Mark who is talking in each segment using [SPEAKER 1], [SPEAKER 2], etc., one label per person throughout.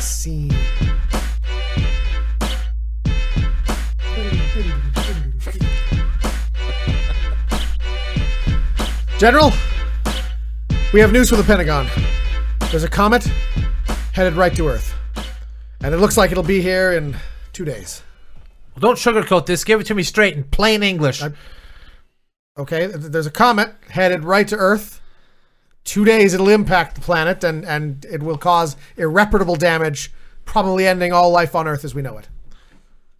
[SPEAKER 1] scene. General, we have news from the Pentagon. There's a comet headed right to Earth. And it looks like it'll be here in two days.
[SPEAKER 2] Well, don't sugarcoat this. Give it to me straight in plain English.
[SPEAKER 1] I- Okay, th- there's a comet headed right to Earth. Two days it'll impact the planet and, and it will cause irreparable damage, probably ending all life on Earth as we know it.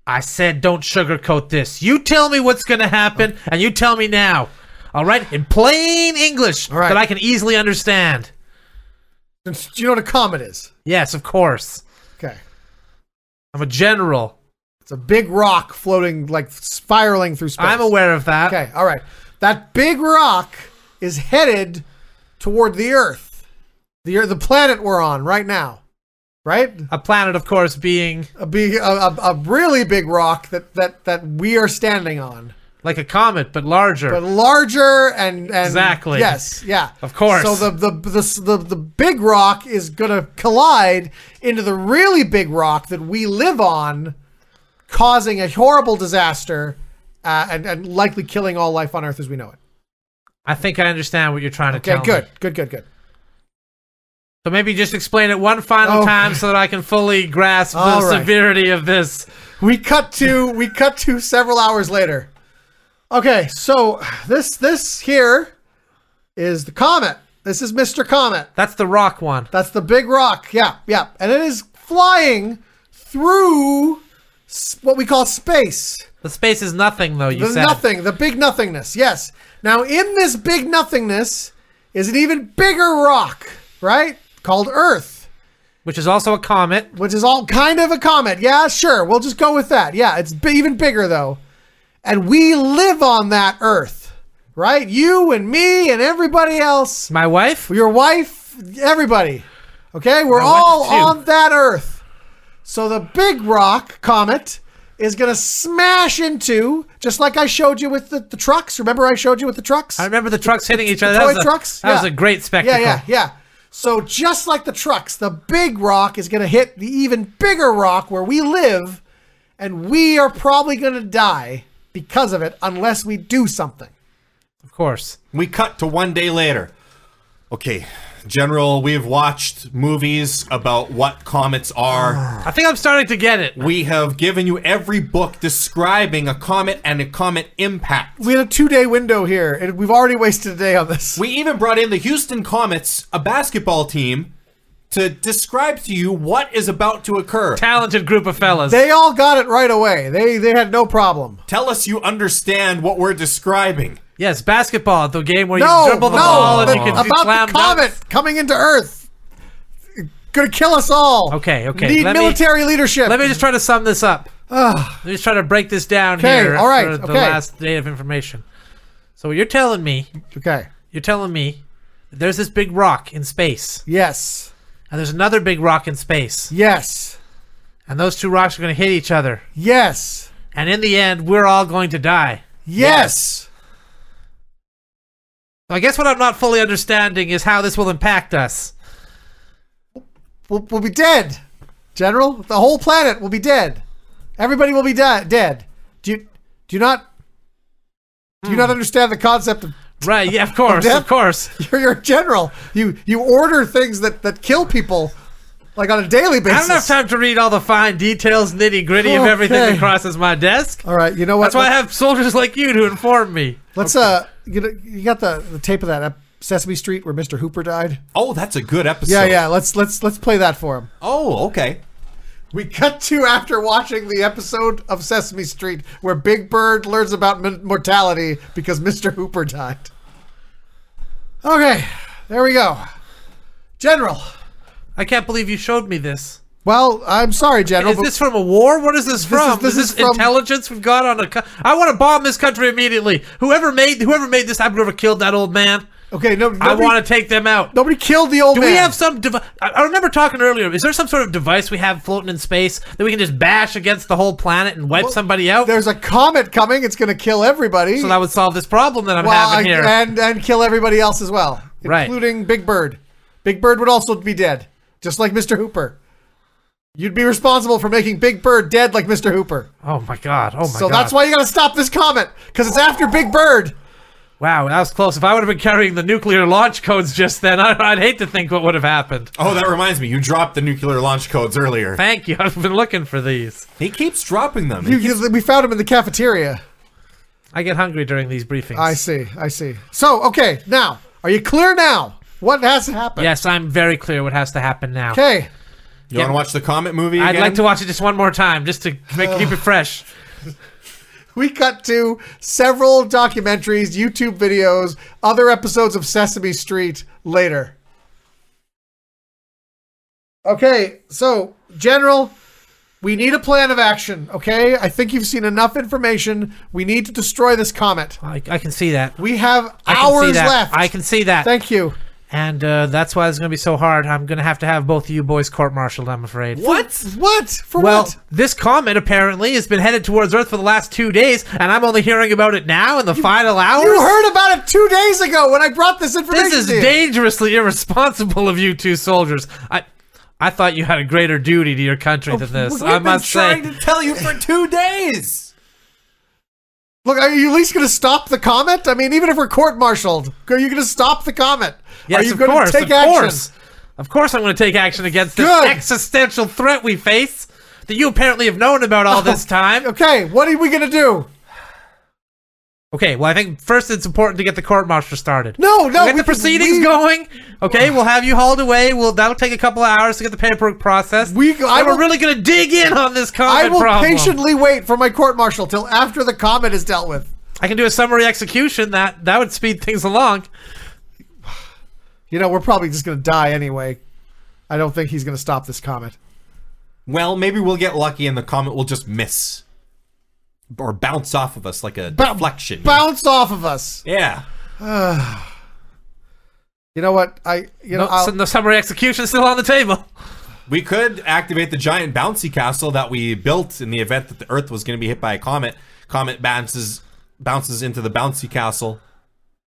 [SPEAKER 2] I said don't sugarcoat this. You tell me what's going to happen, and you tell me now. All right, in plain English
[SPEAKER 1] All right.
[SPEAKER 2] that I can easily understand.
[SPEAKER 1] Do you know what a comet is?
[SPEAKER 2] Yes, of course.
[SPEAKER 1] Okay.
[SPEAKER 2] I'm a general.
[SPEAKER 1] It's a big rock floating, like spiraling through space.
[SPEAKER 2] I'm aware of that.
[SPEAKER 1] Okay, all right. That big rock is headed toward the Earth, the Earth, the planet we're on right now, right?
[SPEAKER 2] A planet, of course, being
[SPEAKER 1] A big, a, a, a really big rock that that that we are standing on,
[SPEAKER 2] like a comet, but larger.
[SPEAKER 1] but larger and and
[SPEAKER 2] Exactly.
[SPEAKER 1] yes, yeah,
[SPEAKER 2] Of course.
[SPEAKER 1] So the the the the, the big rock is gonna collide into the really big rock that we live on, causing a horrible disaster. Uh, and, and likely killing all life on Earth as we know it.
[SPEAKER 2] I think I understand what you're trying to
[SPEAKER 1] Okay,
[SPEAKER 2] tell
[SPEAKER 1] good,
[SPEAKER 2] me.
[SPEAKER 1] good, good, good.
[SPEAKER 2] So maybe just explain it one final
[SPEAKER 1] Okay.
[SPEAKER 2] time so that I can fully grasp
[SPEAKER 1] Oh. All
[SPEAKER 2] the
[SPEAKER 1] right.
[SPEAKER 2] severity of this.
[SPEAKER 1] we cut to we cut to several hours later. Okay, so this this here is the comet. This is Mr. Comet.
[SPEAKER 2] That's the rock one.
[SPEAKER 1] That's the big rock. Yeah, yeah. And it is flying through s- what we call space.
[SPEAKER 2] The space is nothing, though. You
[SPEAKER 1] the
[SPEAKER 2] said
[SPEAKER 1] nothing, the big nothingness. Yes. Now in this big nothingness is an even bigger rock, right? Called Earth.
[SPEAKER 2] which is also a comet.
[SPEAKER 1] which is all kind of a comet. Yeah, sure. We'll just go with that. Yeah, it's b- even bigger though. And we live on that earth, right? You and me and everybody else,
[SPEAKER 2] My wife.
[SPEAKER 1] your wife, everybody. Okay, we're
[SPEAKER 2] My wife
[SPEAKER 1] all
[SPEAKER 2] too.
[SPEAKER 1] on that earth. So the big rock comet is going to smash into, just like I showed you with the, the trucks. Remember I showed you with the trucks?
[SPEAKER 2] I remember the trucks hitting each
[SPEAKER 1] the
[SPEAKER 2] other.
[SPEAKER 1] toy
[SPEAKER 2] that was a,
[SPEAKER 1] trucks?
[SPEAKER 2] That was
[SPEAKER 1] Yeah.
[SPEAKER 2] a great
[SPEAKER 1] Yeah,
[SPEAKER 2] spectacle.
[SPEAKER 1] yeah, yeah. So just like the trucks, the big rock is going to hit the even bigger rock where we live, and we are probably going to die because of it unless we do something.
[SPEAKER 2] Of course.
[SPEAKER 3] We cut to one day later. Okay, General, we've watched movies about what comets are.
[SPEAKER 2] I think I'm starting to get it.
[SPEAKER 3] we have given you every book describing a comet and a comet impact.
[SPEAKER 1] We had a two-day window here, and we've already wasted a day on this.
[SPEAKER 3] We even brought in the Houston Comets, a basketball team, to describe to you what is about to occur.
[SPEAKER 2] Talented group of fellas.
[SPEAKER 1] they all got it right away. They they had no problem.
[SPEAKER 3] Tell us you understand what we're describing.
[SPEAKER 2] yes, basketball. The game where
[SPEAKER 1] No,
[SPEAKER 2] you dribble the
[SPEAKER 1] no,
[SPEAKER 2] ball and
[SPEAKER 1] but
[SPEAKER 2] you can do
[SPEAKER 1] about
[SPEAKER 2] slam
[SPEAKER 1] the comet
[SPEAKER 2] dunks.
[SPEAKER 1] coming into Earth, gonna kill us all.
[SPEAKER 2] Okay, okay,
[SPEAKER 1] Need
[SPEAKER 2] let me-
[SPEAKER 1] military leadership.
[SPEAKER 2] Let me just try to sum this up. Let me just try to break this down
[SPEAKER 1] Okay,
[SPEAKER 2] here
[SPEAKER 1] all right,
[SPEAKER 2] for the
[SPEAKER 1] okay.
[SPEAKER 2] last day of information. So you're telling me,
[SPEAKER 1] okay.
[SPEAKER 2] you're telling me, that there's this big rock in space,
[SPEAKER 1] Yes.
[SPEAKER 2] and there's another big rock in space,
[SPEAKER 1] Yes.
[SPEAKER 2] and those two rocks are going to hit each other,
[SPEAKER 1] Yes.
[SPEAKER 2] and in the end, we're all going to die.
[SPEAKER 1] Yes.
[SPEAKER 2] So I guess what I'm not fully understanding is how this will impact us.
[SPEAKER 1] We'll, we'll be dead, General. The whole planet will be dead. Everybody will be dead. Dead. Do you do you not do you
[SPEAKER 2] Hmm.
[SPEAKER 1] not understand the concept of
[SPEAKER 2] Right? Yeah, of course,
[SPEAKER 1] death?
[SPEAKER 2] of course.
[SPEAKER 1] you're, you're a general. You you order things that that kill people like on a daily
[SPEAKER 2] I
[SPEAKER 1] basis.
[SPEAKER 2] don't have time to read all the fine details, nitty gritty of everything
[SPEAKER 1] Okay.
[SPEAKER 2] that crosses my desk.
[SPEAKER 1] All right, you know what?
[SPEAKER 2] That's why I have soldiers like you to inform me.
[SPEAKER 1] Let's uh, you, know, you got the the tape of that uh, Sesame Street where Mr. Hooper died.
[SPEAKER 3] Oh, that's a good episode.
[SPEAKER 1] Yeah, yeah. Let's let's let's play that for him.
[SPEAKER 3] Oh, okay.
[SPEAKER 1] We cut to after watching the episode of Sesame Street where Big Bird learns about m- mortality because Mr. Hooper died. Okay, there we go. General.
[SPEAKER 2] I can't believe you showed me this.
[SPEAKER 1] Well, I'm sorry, General.
[SPEAKER 2] Is
[SPEAKER 1] but
[SPEAKER 2] this from a war? What is this from?
[SPEAKER 1] this is from-
[SPEAKER 2] intelligence we've got on a. Co- I want to bomb this country immediately. Whoever made whoever made this, I've never killed that old man.
[SPEAKER 1] okay, no, nobody,
[SPEAKER 2] I want to take them out.
[SPEAKER 1] nobody killed the old
[SPEAKER 2] Do
[SPEAKER 1] man.
[SPEAKER 2] we have some device? I remember talking earlier. Is there some sort of device we have floating in space that we can just bash against the whole planet and wipe somebody out?
[SPEAKER 1] There's a comet coming. It's going to kill everybody.
[SPEAKER 2] So that would solve this problem that I'm
[SPEAKER 1] Well,
[SPEAKER 2] having here.
[SPEAKER 1] and and kill everybody else as well,
[SPEAKER 2] Right.
[SPEAKER 1] including Big Bird. Big Bird would also be dead, just like Mr. Hooper. You'd be responsible for making Big Bird dead like Mr. Hooper.
[SPEAKER 2] Oh my god. Oh my god.
[SPEAKER 1] so that's why you gotta stop this comment, because it's after Big Bird.
[SPEAKER 2] Wow, that was close. If I would have been carrying the nuclear launch codes just then, I, I'd hate to think what would have happened.
[SPEAKER 3] Oh, that reminds me. You dropped the nuclear launch codes earlier.
[SPEAKER 2] Thank you. I've been looking for these.
[SPEAKER 3] He keeps dropping them.
[SPEAKER 1] You- you- we found him in the cafeteria.
[SPEAKER 2] I get hungry during these briefings.
[SPEAKER 1] I see, I see. So, okay, now, are you clear now? What has to happen?
[SPEAKER 2] yes, I'm very clear what has to happen now.
[SPEAKER 1] Okay.
[SPEAKER 3] you want to watch the Comet movie
[SPEAKER 2] I'd
[SPEAKER 3] again?
[SPEAKER 2] like to watch it just one more time, just to make, keep it fresh.
[SPEAKER 1] We cut to several documentaries, YouTube videos, other episodes of Sesame Street later. Okay, so, General, we need a plan of action, okay? I think you've seen enough information. We need to destroy this comet.
[SPEAKER 2] I, I can see that.
[SPEAKER 1] We have
[SPEAKER 2] I can see
[SPEAKER 1] hours
[SPEAKER 2] that.
[SPEAKER 1] left.
[SPEAKER 2] I can see that.
[SPEAKER 1] Thank you.
[SPEAKER 2] and uh, that's why it's going to be so hard. I'm going to have to have both of you boys court-martialed, I'm afraid.
[SPEAKER 1] What? What? For
[SPEAKER 2] Well,
[SPEAKER 1] what?
[SPEAKER 2] this comet apparently has been headed towards Earth for the last two days, and I'm only hearing about it now in the final hours.
[SPEAKER 1] You heard about it two days ago when I brought this information.
[SPEAKER 2] This is
[SPEAKER 1] to you.
[SPEAKER 2] dangerously irresponsible of you two soldiers. I I thought you had a greater duty to your
[SPEAKER 1] Oh,
[SPEAKER 2] country than this.
[SPEAKER 3] We've
[SPEAKER 2] I
[SPEAKER 3] been
[SPEAKER 2] must say.
[SPEAKER 3] trying to tell you for two days.
[SPEAKER 1] Look, are you at least going to stop the comet? I mean, even if we're court-martialed, are you going to stop the comet?
[SPEAKER 2] yes,
[SPEAKER 1] are you
[SPEAKER 2] of
[SPEAKER 1] gonna
[SPEAKER 2] course,
[SPEAKER 1] take
[SPEAKER 2] of
[SPEAKER 1] action?
[SPEAKER 2] course. Of course I'm going to take action against this
[SPEAKER 1] Good.
[SPEAKER 2] existential threat we face that you apparently have known about all this time.
[SPEAKER 1] Oh, Okay, what are we going to do?
[SPEAKER 2] Okay, well, I think first it's important to get the court martial started.
[SPEAKER 1] No, no,
[SPEAKER 2] We'll get
[SPEAKER 1] we-
[SPEAKER 2] the proceedings
[SPEAKER 1] we-
[SPEAKER 2] going. Okay, we'll have you hauled away. We'll that'll take a couple of hours to get the paperwork processed.
[SPEAKER 1] We-
[SPEAKER 2] and
[SPEAKER 1] I
[SPEAKER 2] we're
[SPEAKER 1] will-
[SPEAKER 2] really going to dig in on this common
[SPEAKER 1] I will
[SPEAKER 2] problem.
[SPEAKER 1] patiently wait for my court-martial till after the comet is dealt with.
[SPEAKER 2] I can do a summary execution. That that would speed things along.
[SPEAKER 1] You know, we're probably just going to die anyway. I don't think he's going to stop this comet.
[SPEAKER 3] Well, maybe we'll get lucky and the comet will just miss or bounce off of us like a
[SPEAKER 1] Bou-
[SPEAKER 3] deflection.
[SPEAKER 1] Bounce off of us.
[SPEAKER 3] yeah.
[SPEAKER 1] You know what? I you know
[SPEAKER 2] No,
[SPEAKER 1] I'll-
[SPEAKER 2] so the summary execution still on the table.
[SPEAKER 3] We could activate the giant bouncy castle that we built in the event that the Earth was going to be hit by a comet. Comet bounces bounces into the bouncy castle.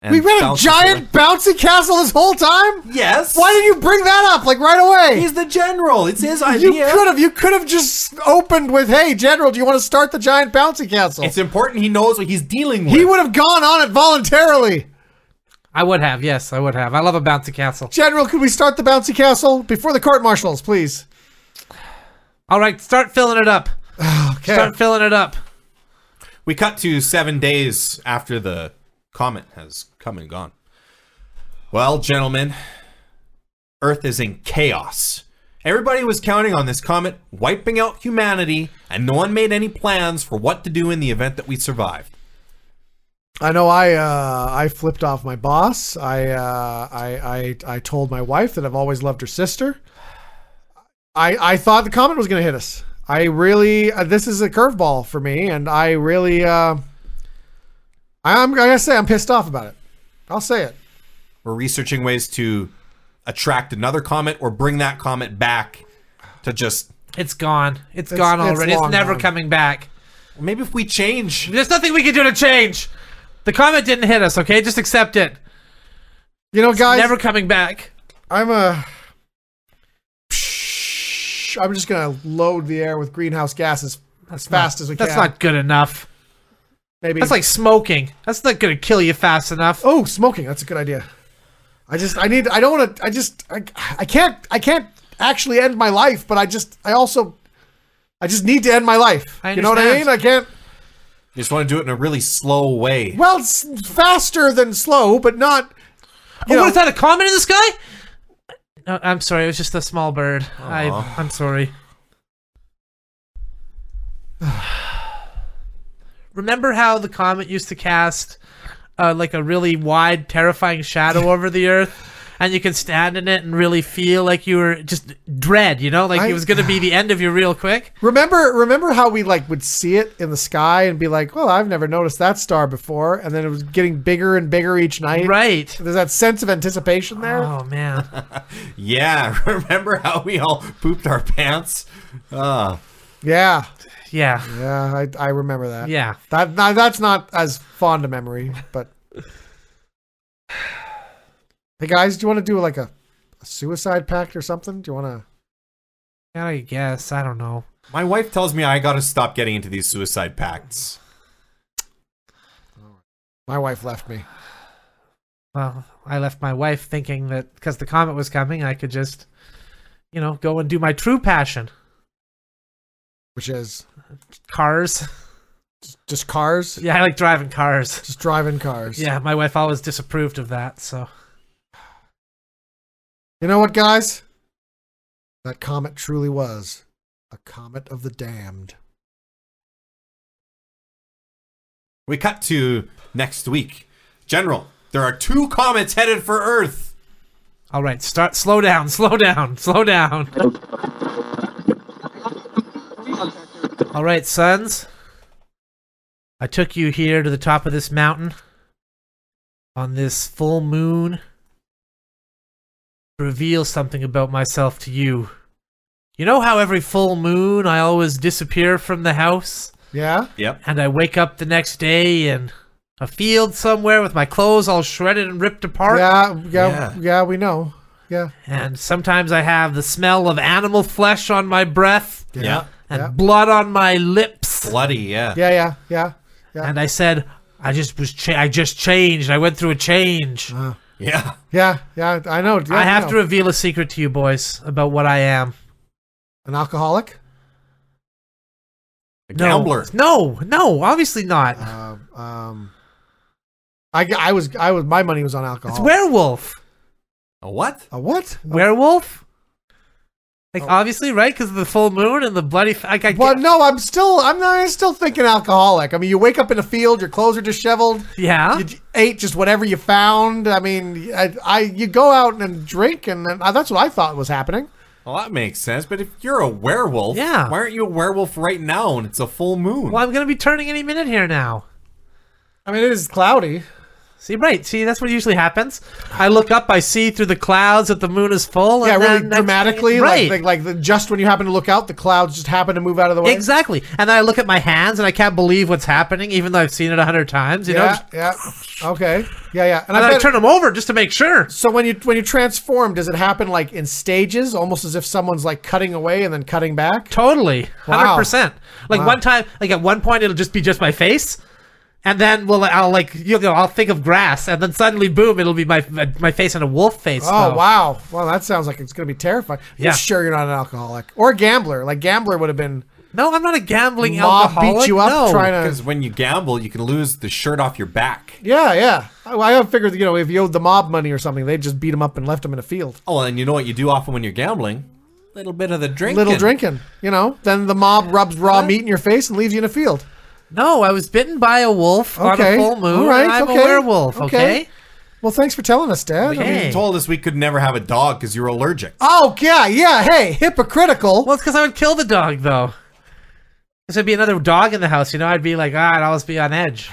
[SPEAKER 3] and
[SPEAKER 1] we ran a
[SPEAKER 3] bounces
[SPEAKER 1] giant bouncy castle this whole time.
[SPEAKER 3] away. Yes.
[SPEAKER 1] Why did you bring that up like right away?
[SPEAKER 3] He's the general. It's his idea.
[SPEAKER 1] You could have. You could have just opened with, "Hey, General, do you want to start the giant bouncy castle?"
[SPEAKER 3] It's important he knows what he's dealing with.
[SPEAKER 1] he would have gone on it voluntarily.
[SPEAKER 2] I would have. Yes, I would have. I love a bouncy castle.
[SPEAKER 1] General, could we start the bouncy castle before the court martials, please?
[SPEAKER 2] All right, start filling it up.
[SPEAKER 1] Okay.
[SPEAKER 2] Start filling it up.
[SPEAKER 3] we cut to seven days after the comet has come and gone. Well, gentlemen, Earth is in chaos. Everybody was counting on this comet wiping out humanity, and no one made any plans for what to do in the event that we survive.
[SPEAKER 1] I know. I uh, I flipped off my boss. I, uh, I I I told my wife that I've always loved her sister. I I thought the comet was going to hit us. I really uh, this is a curveball for me, and I really uh, I'm I gotta say I'm pissed off about it. I'll say it.
[SPEAKER 3] We're researching ways to attract another comet or bring that comet back to just
[SPEAKER 2] It's gone. it's
[SPEAKER 1] It's-
[SPEAKER 2] gone
[SPEAKER 1] it's
[SPEAKER 2] already.
[SPEAKER 1] long
[SPEAKER 2] it's never
[SPEAKER 1] gone.
[SPEAKER 2] coming back.
[SPEAKER 3] maybe if we change
[SPEAKER 2] There's nothing we can do to change. The comet didn't hit us. Okay, just accept it.
[SPEAKER 1] You know, guys.
[SPEAKER 2] never coming back.
[SPEAKER 1] I'm a. I'm just gonna load the air with greenhouse gases as fast as we
[SPEAKER 2] That's
[SPEAKER 1] can.
[SPEAKER 2] not good enough.
[SPEAKER 1] maybe.
[SPEAKER 2] That's like smoking. That's not gonna kill you fast enough.
[SPEAKER 1] oh, smoking. That's a good idea. I just I need I don't want to I just I, I can't I can't actually end my life, but I just I also I just need to end my life.
[SPEAKER 2] I
[SPEAKER 1] you know what I
[SPEAKER 2] understand.
[SPEAKER 1] mean? I can't.
[SPEAKER 3] you just want to do it in a really slow way.
[SPEAKER 1] Well, it's faster than slow, but not.
[SPEAKER 2] Oh,
[SPEAKER 1] You know,
[SPEAKER 2] what is that? A comet in the sky? No, I'm sorry. It was just a small bird. I, I'm sorry. Remember how the comet used to cast uh, like a really wide, terrifying shadow over the Earth, and you could stand in it and really feel like you were just dread. You know, like
[SPEAKER 1] I-
[SPEAKER 2] it was going to be the end of you real quick.
[SPEAKER 1] Remember, remember how we like would see it in the sky and be like, "Well, I've never noticed that star before," and then it was getting bigger and bigger each night.
[SPEAKER 2] Right.
[SPEAKER 1] There's that sense of anticipation there.
[SPEAKER 2] Oh man.
[SPEAKER 3] Yeah, remember how we all pooped our pants? Uh,
[SPEAKER 1] Yeah,
[SPEAKER 2] Yeah.
[SPEAKER 1] yeah, I, I remember that.
[SPEAKER 2] Yeah.
[SPEAKER 1] that now, that's not as fond a memory, but hey guys, do you want to do like a, a suicide pact or something? Do you want to?
[SPEAKER 2] Yeah, I guess. I don't know.
[SPEAKER 3] My wife tells me I gotta stop getting into these suicide pacts.
[SPEAKER 1] My wife left me.
[SPEAKER 2] Well, I left my wife thinking that because the comet was coming, I could just, you know, go and do my true passion
[SPEAKER 1] which is
[SPEAKER 2] cars.
[SPEAKER 1] just cars,
[SPEAKER 2] Yeah, I like driving cars.
[SPEAKER 1] just driving cars.
[SPEAKER 2] Yeah, my wife always disapproved of that, so.
[SPEAKER 1] You know what, guys? That comet truly was a comet of the damned.
[SPEAKER 3] We cut to next week. General, there are two comets headed for Earth.
[SPEAKER 2] All right, start. Slow down. Slow down. Slow down. All right, sons. I took you here to the top of this mountain on this full moon to reveal something about myself to you. You know how every full moon I always disappear from the house
[SPEAKER 1] Yeah?
[SPEAKER 3] Yep.
[SPEAKER 2] and I wake up the next day in a field somewhere with my clothes all shredded and ripped apart?
[SPEAKER 1] yeah, yeah, yeah,
[SPEAKER 3] Yeah.
[SPEAKER 1] we know. Yeah.
[SPEAKER 2] And sometimes I have the smell of animal flesh on my breath
[SPEAKER 1] Yeah.
[SPEAKER 3] Yeah.
[SPEAKER 2] and
[SPEAKER 1] Yeah.
[SPEAKER 2] blood on my lips.
[SPEAKER 3] Bloody, yeah.
[SPEAKER 1] Yeah, yeah, yeah. yeah.
[SPEAKER 2] And I said, I just was, cha- I just changed. I went through a change.
[SPEAKER 1] Uh-huh.
[SPEAKER 3] Yeah.
[SPEAKER 1] Yeah, yeah, I know. Yeah,
[SPEAKER 2] I have
[SPEAKER 1] know.
[SPEAKER 2] to reveal a secret to you boys about what I am.
[SPEAKER 1] An alcoholic?
[SPEAKER 3] A gambler.
[SPEAKER 2] No, no, obviously not.
[SPEAKER 1] Um, um, I, I was, I was, my money was on alcohol.
[SPEAKER 2] it's werewolf.
[SPEAKER 1] Oh.
[SPEAKER 3] A what?
[SPEAKER 1] A what?
[SPEAKER 2] Werewolf? Like, obviously, right? Because of the full moon and the bloody. F- like, I
[SPEAKER 1] Well,
[SPEAKER 2] get-
[SPEAKER 1] Oh. no, I'm still, I'm, not, I'm still thinking alcoholic. I mean, you wake up in a field, your clothes are disheveled,
[SPEAKER 2] Yeah.
[SPEAKER 1] you j- ate just whatever you found. I mean, I, I you go out and drink, and then, uh, that's what I thought was happening.
[SPEAKER 3] Well, that makes sense. But if you're a werewolf,
[SPEAKER 2] Yeah.
[SPEAKER 3] why aren't you a werewolf right now and it's a full moon?
[SPEAKER 2] well, I'm going to be turning any minute here now.
[SPEAKER 1] I mean, it is cloudy.
[SPEAKER 2] See, right. See, that's what usually happens. I look up, I see through the clouds that the moon is full.
[SPEAKER 1] Yeah,
[SPEAKER 2] and
[SPEAKER 1] really
[SPEAKER 2] then next thing-
[SPEAKER 1] dramatically.
[SPEAKER 2] Right.
[SPEAKER 1] Like, like, like the, just when you happen to look out, the clouds just happen to move out of the way.
[SPEAKER 2] exactly. And then I look at my hands and I can't believe what's happening, even though I've seen it a hundred times. You know,
[SPEAKER 1] Yeah,
[SPEAKER 2] just-
[SPEAKER 1] yeah. Okay. Yeah, yeah. And,
[SPEAKER 2] and
[SPEAKER 1] I
[SPEAKER 2] then I
[SPEAKER 1] bet,
[SPEAKER 2] turn them over just to make sure.
[SPEAKER 1] so when you when you transform, does it happen like in stages, almost as if someone's like cutting away and then cutting back?
[SPEAKER 2] Totally, hundred
[SPEAKER 1] Wow.
[SPEAKER 2] percent. Like one time, like at one point, it'll just be just my face, and then we'll I'll like you know I'll think of grass, and then suddenly boom, it'll be my my face and a wolf face.
[SPEAKER 1] Oh
[SPEAKER 2] though.
[SPEAKER 1] wow! Well, that sounds like it's gonna be terrifying.
[SPEAKER 2] Yeah.
[SPEAKER 1] You're sure you're not an alcoholic or a gambler? Like gambler would have been
[SPEAKER 2] No, I'm not a gambling
[SPEAKER 1] mob
[SPEAKER 2] alcoholic.
[SPEAKER 1] beat you up
[SPEAKER 2] no.
[SPEAKER 1] trying to
[SPEAKER 3] Because when you gamble, you can lose the shirt off your back.
[SPEAKER 1] Yeah, yeah. I, well, I figured, you know, if you owed the mob money or something, they just beat him up and left him in a field.
[SPEAKER 3] Oh, and you know what you do often when you're gambling? Little bit of the drinking.
[SPEAKER 1] Little drinking, you know. Then the mob rubs raw meat in your face and leaves you in a field.
[SPEAKER 2] No, I was bitten by a wolf on
[SPEAKER 1] Okay.
[SPEAKER 2] a full
[SPEAKER 1] All
[SPEAKER 2] moon.
[SPEAKER 1] right,
[SPEAKER 2] and I'm
[SPEAKER 1] okay.
[SPEAKER 2] a werewolf.
[SPEAKER 1] Okay.
[SPEAKER 2] Okay.
[SPEAKER 1] Well, thanks for telling us, Dad. I mean-
[SPEAKER 2] Hey.
[SPEAKER 3] You told us we could never have a dog because you were allergic.
[SPEAKER 1] oh yeah, yeah. Hey, hypocritical.
[SPEAKER 2] Well, it's because I would kill the dog though. Because there'd be another dog in the house. You know, I'd be like, ah, I'd always be on edge.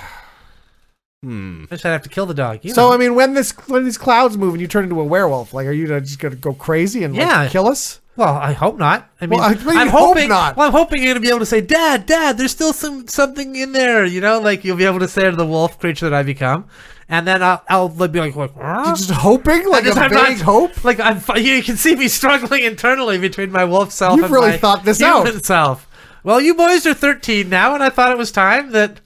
[SPEAKER 2] Hmm. I'd have to kill the dog. You
[SPEAKER 1] so
[SPEAKER 2] know.
[SPEAKER 1] I mean, when this when these clouds move and you turn into a werewolf, like, are you gonna- just gonna go crazy and like,
[SPEAKER 2] Yeah.
[SPEAKER 1] kill us?
[SPEAKER 2] well, I hope not. I mean,
[SPEAKER 1] Well, I- well, you
[SPEAKER 2] am
[SPEAKER 1] hope
[SPEAKER 2] hoping.
[SPEAKER 1] not.
[SPEAKER 2] Well, I'm hoping you're gonna be able to say, Dad, Dad, there's still some something in there. You know, like you'll be able to say to the wolf creature that I become, and then I'll I'll be like, like huh?
[SPEAKER 1] Just hoping, like a
[SPEAKER 2] I'm
[SPEAKER 1] vague hope.
[SPEAKER 2] Like I'm, fi- you can see me struggling internally between my wolf self.
[SPEAKER 1] You've
[SPEAKER 2] and
[SPEAKER 1] really
[SPEAKER 2] my
[SPEAKER 1] thought this out.
[SPEAKER 2] human self. Well, you boys are 13 now, and I thought it was time that.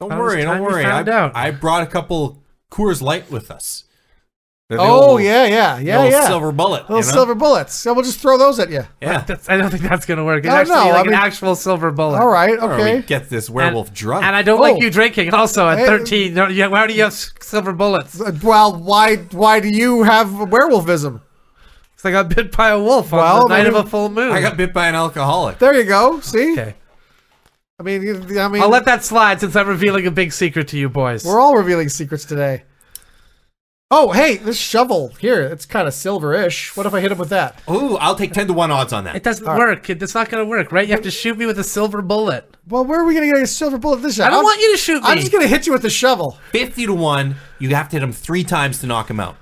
[SPEAKER 3] Don't
[SPEAKER 2] That was
[SPEAKER 3] worry,
[SPEAKER 2] time
[SPEAKER 3] don't
[SPEAKER 2] we
[SPEAKER 3] worry.
[SPEAKER 2] found
[SPEAKER 3] I,
[SPEAKER 2] out.
[SPEAKER 3] I brought a couple Coors Light with us. They're the
[SPEAKER 1] Oh
[SPEAKER 3] old-
[SPEAKER 1] yeah, yeah,
[SPEAKER 3] the
[SPEAKER 1] yeah,
[SPEAKER 3] old
[SPEAKER 1] yeah.
[SPEAKER 3] silver bullet.
[SPEAKER 1] Little
[SPEAKER 3] you know?
[SPEAKER 1] silver bullets. So we'll just throw those at you.
[SPEAKER 3] Yeah.
[SPEAKER 2] That's, I don't think that's going to work. It's
[SPEAKER 1] Oh, No,
[SPEAKER 2] actually
[SPEAKER 1] no,
[SPEAKER 2] like
[SPEAKER 1] I
[SPEAKER 2] an
[SPEAKER 1] mean-
[SPEAKER 2] actual silver bullet.
[SPEAKER 1] All right,
[SPEAKER 3] Or
[SPEAKER 1] okay.
[SPEAKER 3] we get this
[SPEAKER 2] And-
[SPEAKER 3] werewolf drunk.
[SPEAKER 2] And I don't
[SPEAKER 1] Oh.
[SPEAKER 2] like you drinking also at
[SPEAKER 1] Hey,
[SPEAKER 2] 13. Don't you- How do you have s- silver bullets?
[SPEAKER 1] Uh, Well, why why do you have werewolfism?
[SPEAKER 2] It's like I got bit by a wolf on
[SPEAKER 1] Well,
[SPEAKER 2] the night
[SPEAKER 1] maybe-
[SPEAKER 2] of a full moon.
[SPEAKER 3] I got bit by an alcoholic.
[SPEAKER 1] There you go. See,
[SPEAKER 2] okay.
[SPEAKER 1] I mean, you- I mean,
[SPEAKER 2] I'll let that slide since I'm revealing a big secret to you boys.
[SPEAKER 1] we're all revealing secrets today. Oh, hey, this shovel here, it's kind of silverish. What if I hit him with that?
[SPEAKER 3] Ooh, I'll take 10 to 1 odds on
[SPEAKER 2] it
[SPEAKER 3] that.
[SPEAKER 2] doesn't work. It, it's not going to work, right? You have to shoot me with a silver bullet.
[SPEAKER 1] Well, where are we going to get a silver bullet this shot?
[SPEAKER 2] I don't
[SPEAKER 1] I'm-
[SPEAKER 2] want you to shoot me.
[SPEAKER 1] I'm just going to hit you with the shovel.
[SPEAKER 3] 50 to 1, you have to hit him three times to knock him out.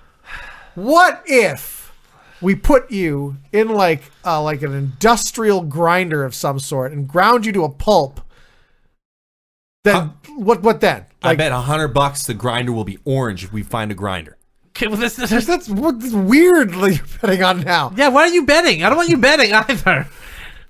[SPEAKER 1] What if we put you in like uh, like an industrial grinder of some sort and ground you to a pulp? Then
[SPEAKER 3] Huh?
[SPEAKER 1] what? What then?
[SPEAKER 3] I bet a 100 bucks the grinder will be orange if we find a grinder.
[SPEAKER 2] Okay, well, this, this,
[SPEAKER 1] That's, that's what- that's weird that you're betting on now.
[SPEAKER 2] yeah, why are you betting? I don't want you betting either.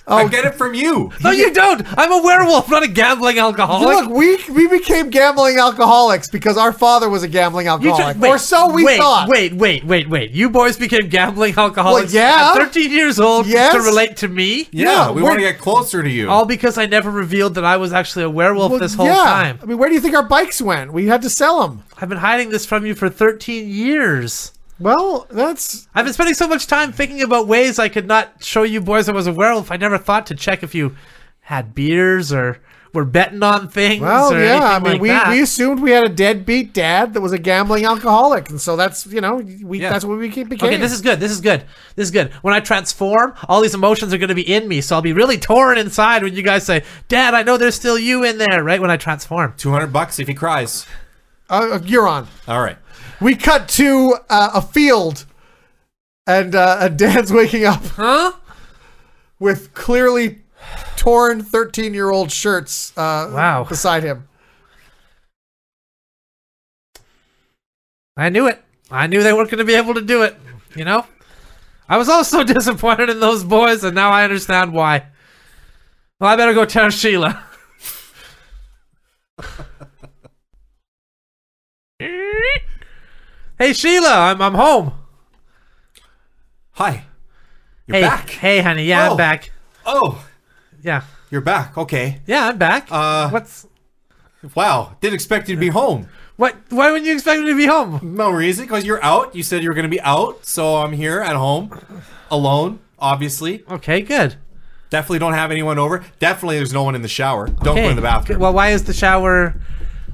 [SPEAKER 1] Oh.
[SPEAKER 3] I get it from you.
[SPEAKER 2] No, you don't. I'm a werewolf, not a gambling alcoholic.
[SPEAKER 1] Look, we we became gambling alcoholics because our father was a gambling
[SPEAKER 2] You
[SPEAKER 1] alcoholic,
[SPEAKER 2] took- wait,
[SPEAKER 1] or so we
[SPEAKER 2] wait,
[SPEAKER 1] thought.
[SPEAKER 2] Wait, wait, wait, wait. You boys became gambling alcoholics
[SPEAKER 1] Well, yeah.
[SPEAKER 2] at 13 years old
[SPEAKER 1] Yes.
[SPEAKER 2] to relate to me?
[SPEAKER 3] Yeah,
[SPEAKER 1] No,
[SPEAKER 3] we want to
[SPEAKER 1] we're-
[SPEAKER 3] get closer to you.
[SPEAKER 2] All because I never revealed that I was actually a werewolf
[SPEAKER 1] Well,
[SPEAKER 2] this whole
[SPEAKER 1] yeah.
[SPEAKER 2] time.
[SPEAKER 1] I mean, where do you think our bikes went? We had to sell them.
[SPEAKER 2] I've been hiding this from you for 13 years.
[SPEAKER 1] Well, that's
[SPEAKER 2] I've been spending so much time thinking about ways I could not show you boys I was a werewolf. I never thought to check if you had beers or were betting on things
[SPEAKER 1] well,
[SPEAKER 2] or anything
[SPEAKER 1] yeah. I mean,
[SPEAKER 2] like
[SPEAKER 1] we,
[SPEAKER 2] that.
[SPEAKER 1] we assumed we had a deadbeat dad that was a gambling alcoholic, and so that's you know we
[SPEAKER 3] Yeah.
[SPEAKER 1] that's what we beca- became.
[SPEAKER 2] Okay, this is good. This is good. This is good. When I transform, all these emotions are going to be in me, so I'll be really torn inside when you guys say, "Dad, I know there's still you in there," right? When I transform.
[SPEAKER 3] 200 bucks if he cries.
[SPEAKER 1] uh, you're on.
[SPEAKER 3] All right.
[SPEAKER 1] We cut to uh, a field, and uh, and Dan's waking up
[SPEAKER 2] Huh?
[SPEAKER 1] with clearly torn thirteen-year-old shirts. Uh,
[SPEAKER 2] Wow.
[SPEAKER 1] Beside him.
[SPEAKER 2] I knew it. I knew they weren't going to be able to do it, you know? I was also disappointed in those boys and now I understand why. Well, I better go tell Sheila. hey Sheila, I'm I'm home.
[SPEAKER 3] Hi. You're
[SPEAKER 2] hey,
[SPEAKER 3] back.
[SPEAKER 2] hey, honey. Yeah,
[SPEAKER 3] Oh.
[SPEAKER 2] I'm back.
[SPEAKER 3] Oh,
[SPEAKER 2] Yeah,
[SPEAKER 3] you're back. Okay.
[SPEAKER 2] yeah, I'm back.
[SPEAKER 3] Uh,
[SPEAKER 2] What's
[SPEAKER 3] Wow. Didn't expect you to be home.
[SPEAKER 2] what? Why wouldn't you expect me to be home?
[SPEAKER 3] No reason, because you're out. You said you were going to be out, so I'm here at home, alone. Obviously,
[SPEAKER 2] Okay, good.
[SPEAKER 3] definitely don't have anyone over. Definitely, there's no one in the shower. Don't go
[SPEAKER 2] Hey,
[SPEAKER 3] in the bathroom.
[SPEAKER 2] Well, why is the shower?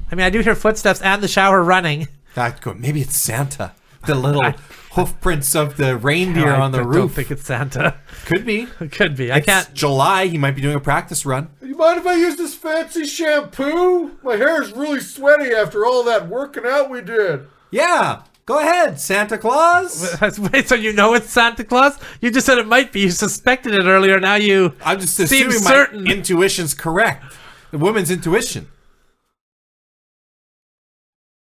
[SPEAKER 2] I mean, I do hear footsteps and the shower running.
[SPEAKER 3] That could- maybe it's Santa, the little hoof prints of the reindeer
[SPEAKER 2] I
[SPEAKER 3] on the
[SPEAKER 2] don't
[SPEAKER 3] roof.
[SPEAKER 2] think it's Santa.
[SPEAKER 3] could be.
[SPEAKER 2] It could be. I
[SPEAKER 3] It's
[SPEAKER 2] can't.
[SPEAKER 3] July. He might be doing a practice run.
[SPEAKER 1] You mind if I use this fancy shampoo? My hair is really sweaty after all that working out we did.
[SPEAKER 3] Yeah. Go ahead, Santa Claus.
[SPEAKER 2] Wait, so you know it's Santa Claus? You just said it might be. You suspected it earlier. Now you.
[SPEAKER 3] I'm just
[SPEAKER 2] Seems
[SPEAKER 3] assuming
[SPEAKER 2] certain.
[SPEAKER 3] my intuition's correct. The woman's intuition.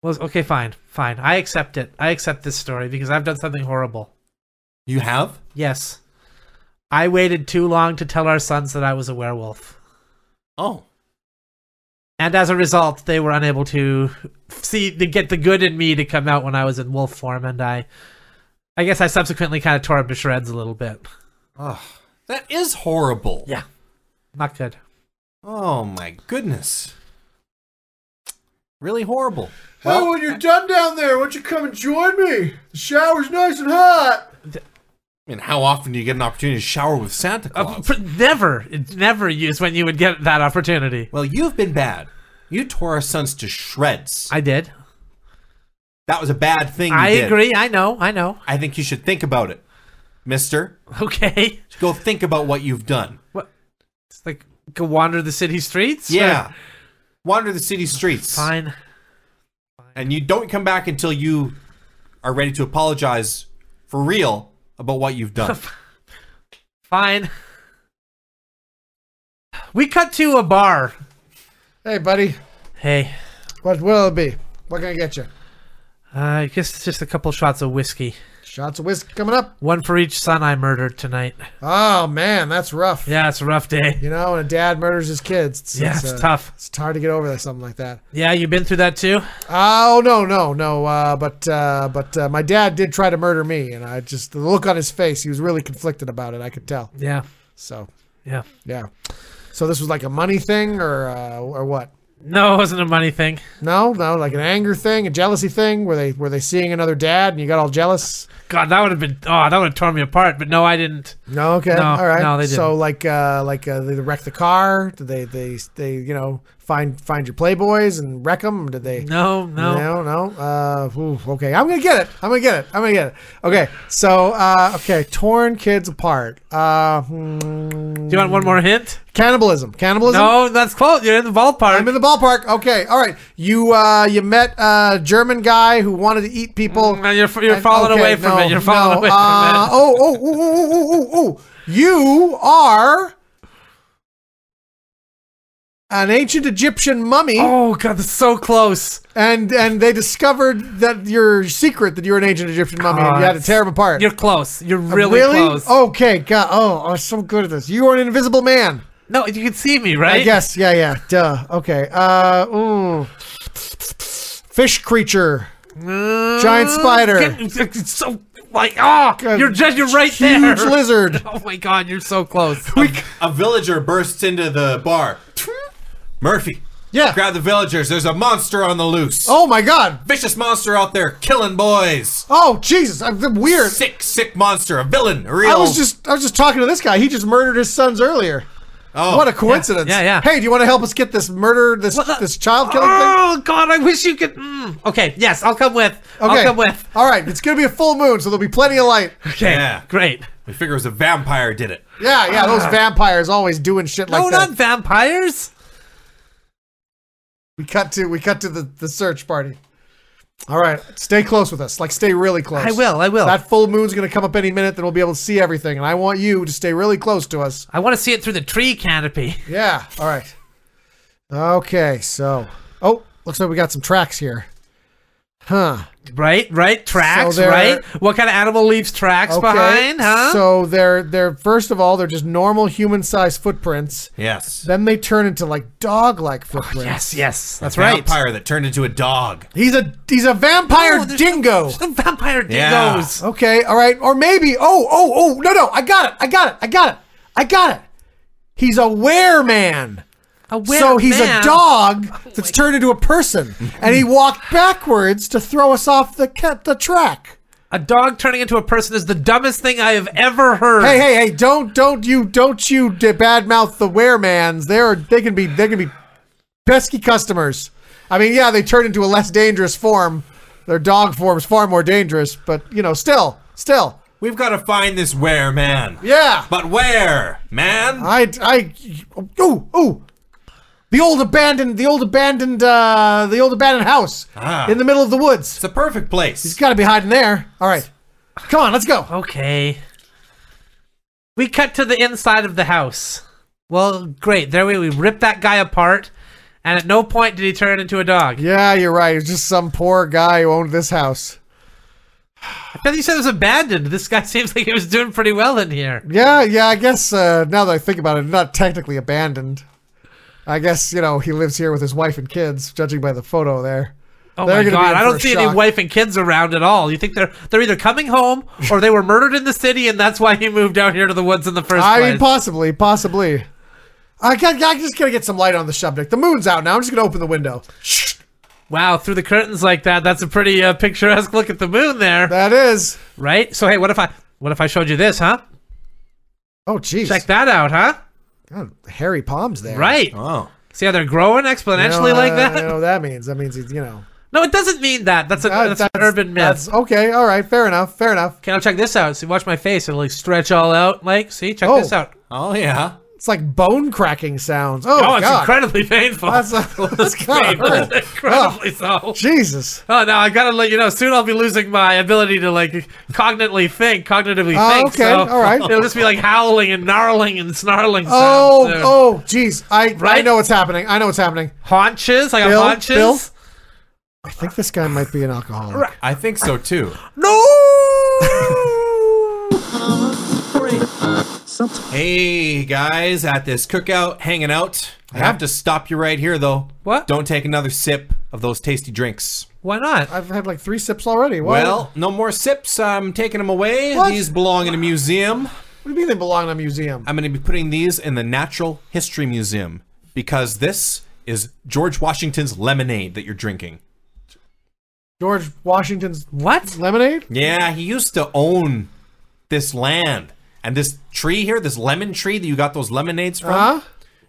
[SPEAKER 2] Well, okay, fine, fine. I accept it. I accept this story because I've done something horrible.
[SPEAKER 3] You have?
[SPEAKER 2] Yes, I waited too long to tell our sons that I was a werewolf.
[SPEAKER 3] Oh.
[SPEAKER 2] and as a result, they were unable to see to get the good in me to come out when I was in wolf form, and I, I guess I subsequently kind of tore him to shreds a little bit.
[SPEAKER 3] Ugh. That is horrible.
[SPEAKER 2] Yeah, not good.
[SPEAKER 3] Oh my goodness. Really horrible.
[SPEAKER 1] hey, when you're done down there, why don't you come and join me? The shower's nice and hot.
[SPEAKER 3] I mean, how often do you get an opportunity to shower with Santa
[SPEAKER 2] Uh,
[SPEAKER 3] Claus?
[SPEAKER 2] pr- never, it's never used when you would get that opportunity.
[SPEAKER 3] well, you've been bad. You tore our sons to shreds.
[SPEAKER 2] I did.
[SPEAKER 3] that was a bad thing. You
[SPEAKER 2] I
[SPEAKER 3] did.
[SPEAKER 2] agree. I know. I know.
[SPEAKER 3] I think you should think about it, Mister.
[SPEAKER 2] Okay.
[SPEAKER 3] Go think about what you've done.
[SPEAKER 2] What? It's like go wander the city streets.
[SPEAKER 3] Yeah. Wander the city streets,
[SPEAKER 2] Fine.
[SPEAKER 3] and you don't come back until you are ready to apologize for real about what you've done.
[SPEAKER 2] Fine. We cut to a bar.
[SPEAKER 1] Hey, buddy.
[SPEAKER 2] Hey,
[SPEAKER 1] What will it be? What can I get you?
[SPEAKER 2] uh, I guess it's just a couple shots of whiskey.
[SPEAKER 1] Shots of whiskey coming up.
[SPEAKER 2] One for each son I murdered tonight.
[SPEAKER 1] Oh man, that's rough.
[SPEAKER 2] Yeah, it's a rough day.
[SPEAKER 1] You know, when a dad murders his kids, it's, uh,
[SPEAKER 2] Yeah, it's tough.
[SPEAKER 1] It's hard to get over that, something like that.
[SPEAKER 2] Yeah, you've been through that too?
[SPEAKER 1] Oh no, no, no. Uh, but uh, but uh, my dad did try to murder me, and I just the look on his face, he was really conflicted about it. I could tell.
[SPEAKER 2] Yeah.
[SPEAKER 1] So
[SPEAKER 2] Yeah.
[SPEAKER 1] yeah. So this was like a money thing, or uh, or what?
[SPEAKER 2] No, it wasn't a money thing.
[SPEAKER 1] No, no, like an anger thing, a jealousy thing. Were they were they seeing another dad and you got all jealous?
[SPEAKER 2] God, that would have been oh, that would have torn me apart, but no, I didn't.
[SPEAKER 1] No, okay,
[SPEAKER 2] No,
[SPEAKER 1] all right.
[SPEAKER 2] no, they
[SPEAKER 1] So
[SPEAKER 2] didn't.
[SPEAKER 1] like uh, like uh, they wreck the car. Did they they they you know find find your playboys and wreck them? Did they?
[SPEAKER 2] No, no.
[SPEAKER 1] No, no. Uh, ooh, okay, I'm gonna get it. I'm gonna get it. I'm gonna get it. Okay, so uh, okay, torn kids apart. Uh, hmm,
[SPEAKER 2] Do you want one more hint?
[SPEAKER 1] cannibalism. Cannibalism.
[SPEAKER 2] No, that's close. You're in the ballpark.
[SPEAKER 1] I'm in the ballpark. Okay, all right. You uh, you met a German guy who wanted to eat people.
[SPEAKER 2] No, you're, Mm, you're
[SPEAKER 1] And-
[SPEAKER 2] falling
[SPEAKER 1] okay,
[SPEAKER 2] away from
[SPEAKER 1] no,
[SPEAKER 2] it. You're falling
[SPEAKER 1] no,
[SPEAKER 2] away
[SPEAKER 1] uh,
[SPEAKER 2] from it.
[SPEAKER 1] Oh, oh, oh, oh, oh, oh, oh. You are an ancient Egyptian mummy,
[SPEAKER 2] Oh god, that's so close.
[SPEAKER 1] and and they discovered that your secret that you're an ancient Egyptian mummy, and you had to
[SPEAKER 2] God.
[SPEAKER 1] tear them apart.
[SPEAKER 2] You're close. You're
[SPEAKER 1] Uh,
[SPEAKER 2] really, close.
[SPEAKER 1] Okay, God. Oh, I'm so good at this. You are an invisible man.
[SPEAKER 2] no, you can see me, right?
[SPEAKER 1] I guess. Yeah, yeah. Duh. Okay. Uh, ooh. Fish creature.
[SPEAKER 2] Uh,
[SPEAKER 1] Giant spider.
[SPEAKER 2] get- it's so like ah,
[SPEAKER 1] God,
[SPEAKER 2] you're just you're right there.
[SPEAKER 1] Uh, Huge lizard.
[SPEAKER 2] Oh my god, you're so close.
[SPEAKER 3] A villager bursts into the bar. Murphy,
[SPEAKER 1] Yeah.
[SPEAKER 3] grab the villagers. There's a monster on the loose.
[SPEAKER 1] Oh my God.
[SPEAKER 3] Vicious monster out there killing boys.
[SPEAKER 1] Oh Jesus. I'm I'm weird.
[SPEAKER 3] Sick, sick monster. A villain. A real.
[SPEAKER 1] I was just I was just talking to this guy. He just murdered his sons earlier.
[SPEAKER 3] Oh,
[SPEAKER 1] What a coincidence.
[SPEAKER 2] Yeah, yeah.
[SPEAKER 1] Hey, do you want to help us get this murder, this
[SPEAKER 2] What the-
[SPEAKER 1] this child killing thing?
[SPEAKER 2] oh god, I wish you could. Mm. Okay, yes, I'll come with. I'll come with.
[SPEAKER 1] All right. It's gonna be a full moon, so there'll be plenty of light.
[SPEAKER 2] Okay,
[SPEAKER 3] Yeah.
[SPEAKER 2] great.
[SPEAKER 3] We figure it was a vampire did it.
[SPEAKER 1] Yeah, yeah. Those vampires always doing shit like
[SPEAKER 2] Ah. no,
[SPEAKER 1] that.
[SPEAKER 2] not vampires.
[SPEAKER 1] We cut to we cut to the the search party. All right, stay close with us. Like stay really close.
[SPEAKER 2] I will. I will.
[SPEAKER 1] That full moon's gonna come up any minute. Then we'll be able to see everything, and I want you to stay really close to us.
[SPEAKER 2] I want to see it through the tree canopy.
[SPEAKER 1] Yeah. All right. Okay. So, oh, looks like we got some tracks here. Huh.
[SPEAKER 2] Right, right. Tracks,
[SPEAKER 1] there-
[SPEAKER 2] right. What kind of animal leaves tracks
[SPEAKER 1] Okay.
[SPEAKER 2] behind? Huh?
[SPEAKER 1] So they're they're first of all they're just normal human-sized footprints.
[SPEAKER 3] Yes.
[SPEAKER 1] Then they turn into like dog-like footprints.
[SPEAKER 2] Oh, yes, yes. That's right.
[SPEAKER 3] Vampire that turned into a dog.
[SPEAKER 1] He's a he's a vampire
[SPEAKER 2] Oh, there's no-
[SPEAKER 1] dingo.
[SPEAKER 2] Some vampire
[SPEAKER 3] Yeah.
[SPEAKER 2] dingoes.
[SPEAKER 1] Okay, all right, or maybe. Oh, oh, oh! No, no! I got it! I got it! I got it! I got it! He's a were man.
[SPEAKER 2] A weird
[SPEAKER 1] so he's
[SPEAKER 2] man.
[SPEAKER 1] a dog
[SPEAKER 2] Oh,
[SPEAKER 1] that's turned into a person, and he walked backwards to throw us off the ca- the track.
[SPEAKER 2] A dog turning into a person is the dumbest thing I have ever heard.
[SPEAKER 1] Hey, hey, hey! Don't, don't you, don't you d- badmouth the were mans. They're they can be they can be pesky customers. I mean, yeah, they turn into a less dangerous form. Their dog form's far more dangerous, but you know, still, still,
[SPEAKER 3] We've got to find this where man.
[SPEAKER 1] yeah.
[SPEAKER 3] But where, man?
[SPEAKER 1] I, I, ooh, ooh, the old abandoned, the old abandoned, uh, the old abandoned house
[SPEAKER 3] Ah.
[SPEAKER 1] in the middle of the woods.
[SPEAKER 3] It's a perfect place.
[SPEAKER 1] He's got to be hiding there. All right, come on, let's go.
[SPEAKER 2] Oh. Okay. We cut to the inside of the house. Well, great. There we, we ripped that guy apart, and at no point did he turn into a dog.
[SPEAKER 1] Yeah, you're right. It's just some poor guy who owned this house.
[SPEAKER 2] I thought you said it was abandoned. This guy seems like he was doing pretty well in here.
[SPEAKER 1] Yeah, yeah. I guess uh, now that I think about it, not technically abandoned. I guess you know he lives here with his wife and kids, judging by the photo there.
[SPEAKER 2] Oh
[SPEAKER 1] They're
[SPEAKER 2] my
[SPEAKER 1] gonna be
[SPEAKER 2] god,
[SPEAKER 1] in
[SPEAKER 2] I
[SPEAKER 1] for
[SPEAKER 2] don't
[SPEAKER 1] a
[SPEAKER 2] see
[SPEAKER 1] shock.
[SPEAKER 2] any wife and kids around at all. You think they're they're either coming home or they were murdered in the city and that's why he moved out here to the woods in the first
[SPEAKER 1] I
[SPEAKER 2] place.
[SPEAKER 1] mean, possibly, possibly. I got, I just gotta get some light on the subject. The moon's out now. I'm just gonna open the window.
[SPEAKER 2] wow, through the curtains like that, that's a pretty uh, picturesque look at the moon there,
[SPEAKER 1] That is.
[SPEAKER 2] right? So hey, what if I what if I showed you this, huh?
[SPEAKER 1] Oh, jeez.
[SPEAKER 2] Check that out, huh?
[SPEAKER 1] God, hairy palms there.
[SPEAKER 2] Right.
[SPEAKER 3] Oh.
[SPEAKER 2] See how they're growing
[SPEAKER 1] You know,
[SPEAKER 2] exponentially like
[SPEAKER 1] uh,
[SPEAKER 2] that?
[SPEAKER 1] You know what that means? That means he's, you know.
[SPEAKER 2] No, it doesn't mean that. That's, a,
[SPEAKER 1] that-
[SPEAKER 2] that's, an urban myth.
[SPEAKER 1] that's- okay, all right, fair enough, fair enough.
[SPEAKER 2] Okay, now check this out. See, watch my face. It'll like stretch all out. Like, see, check
[SPEAKER 1] Oh.
[SPEAKER 2] this out.
[SPEAKER 3] Oh, yeah.
[SPEAKER 1] It's like bone cracking sounds. Oh,
[SPEAKER 2] Oh, it's
[SPEAKER 1] God.
[SPEAKER 2] incredibly painful.
[SPEAKER 1] That's Oh. a, that's kind of hurt.
[SPEAKER 2] incredibly so.
[SPEAKER 1] Jesus.
[SPEAKER 2] Oh no, I gotta let you know. Soon I'll be losing my ability to like cognitively think, cognitively
[SPEAKER 1] Oh,
[SPEAKER 2] think.
[SPEAKER 1] okay,
[SPEAKER 2] so
[SPEAKER 1] all right.
[SPEAKER 2] It'll just be like howling and gnarling and snarling.
[SPEAKER 1] Oh,
[SPEAKER 2] sounds, uh,
[SPEAKER 1] oh, jeez. I, I
[SPEAKER 2] Right?
[SPEAKER 1] know what's happening. I know what's happening.
[SPEAKER 2] haunches. I got
[SPEAKER 1] Bill,
[SPEAKER 2] haunches.
[SPEAKER 1] Bill? I think this guy might be an alcoholic.
[SPEAKER 3] I think so too.
[SPEAKER 2] No.
[SPEAKER 3] Hey guys, at this cookout, hanging out. I have to stop you right here though.
[SPEAKER 2] What?
[SPEAKER 3] Don't take another sip of those tasty drinks.
[SPEAKER 2] Why not?
[SPEAKER 1] I've had like three sips already. What?
[SPEAKER 3] Well, no more sips. I'm taking them away.
[SPEAKER 1] What?
[SPEAKER 3] These belong in a museum.
[SPEAKER 1] what do you mean they belong in a museum?
[SPEAKER 3] I'm going to be putting these in the Natural History Museum because this is George Washington's lemonade that you're drinking.
[SPEAKER 1] George Washington's
[SPEAKER 2] What?
[SPEAKER 1] lemonade?
[SPEAKER 3] Yeah, he used to own this land and this tree here, this lemon tree that you got those lemonades from.
[SPEAKER 1] Huh?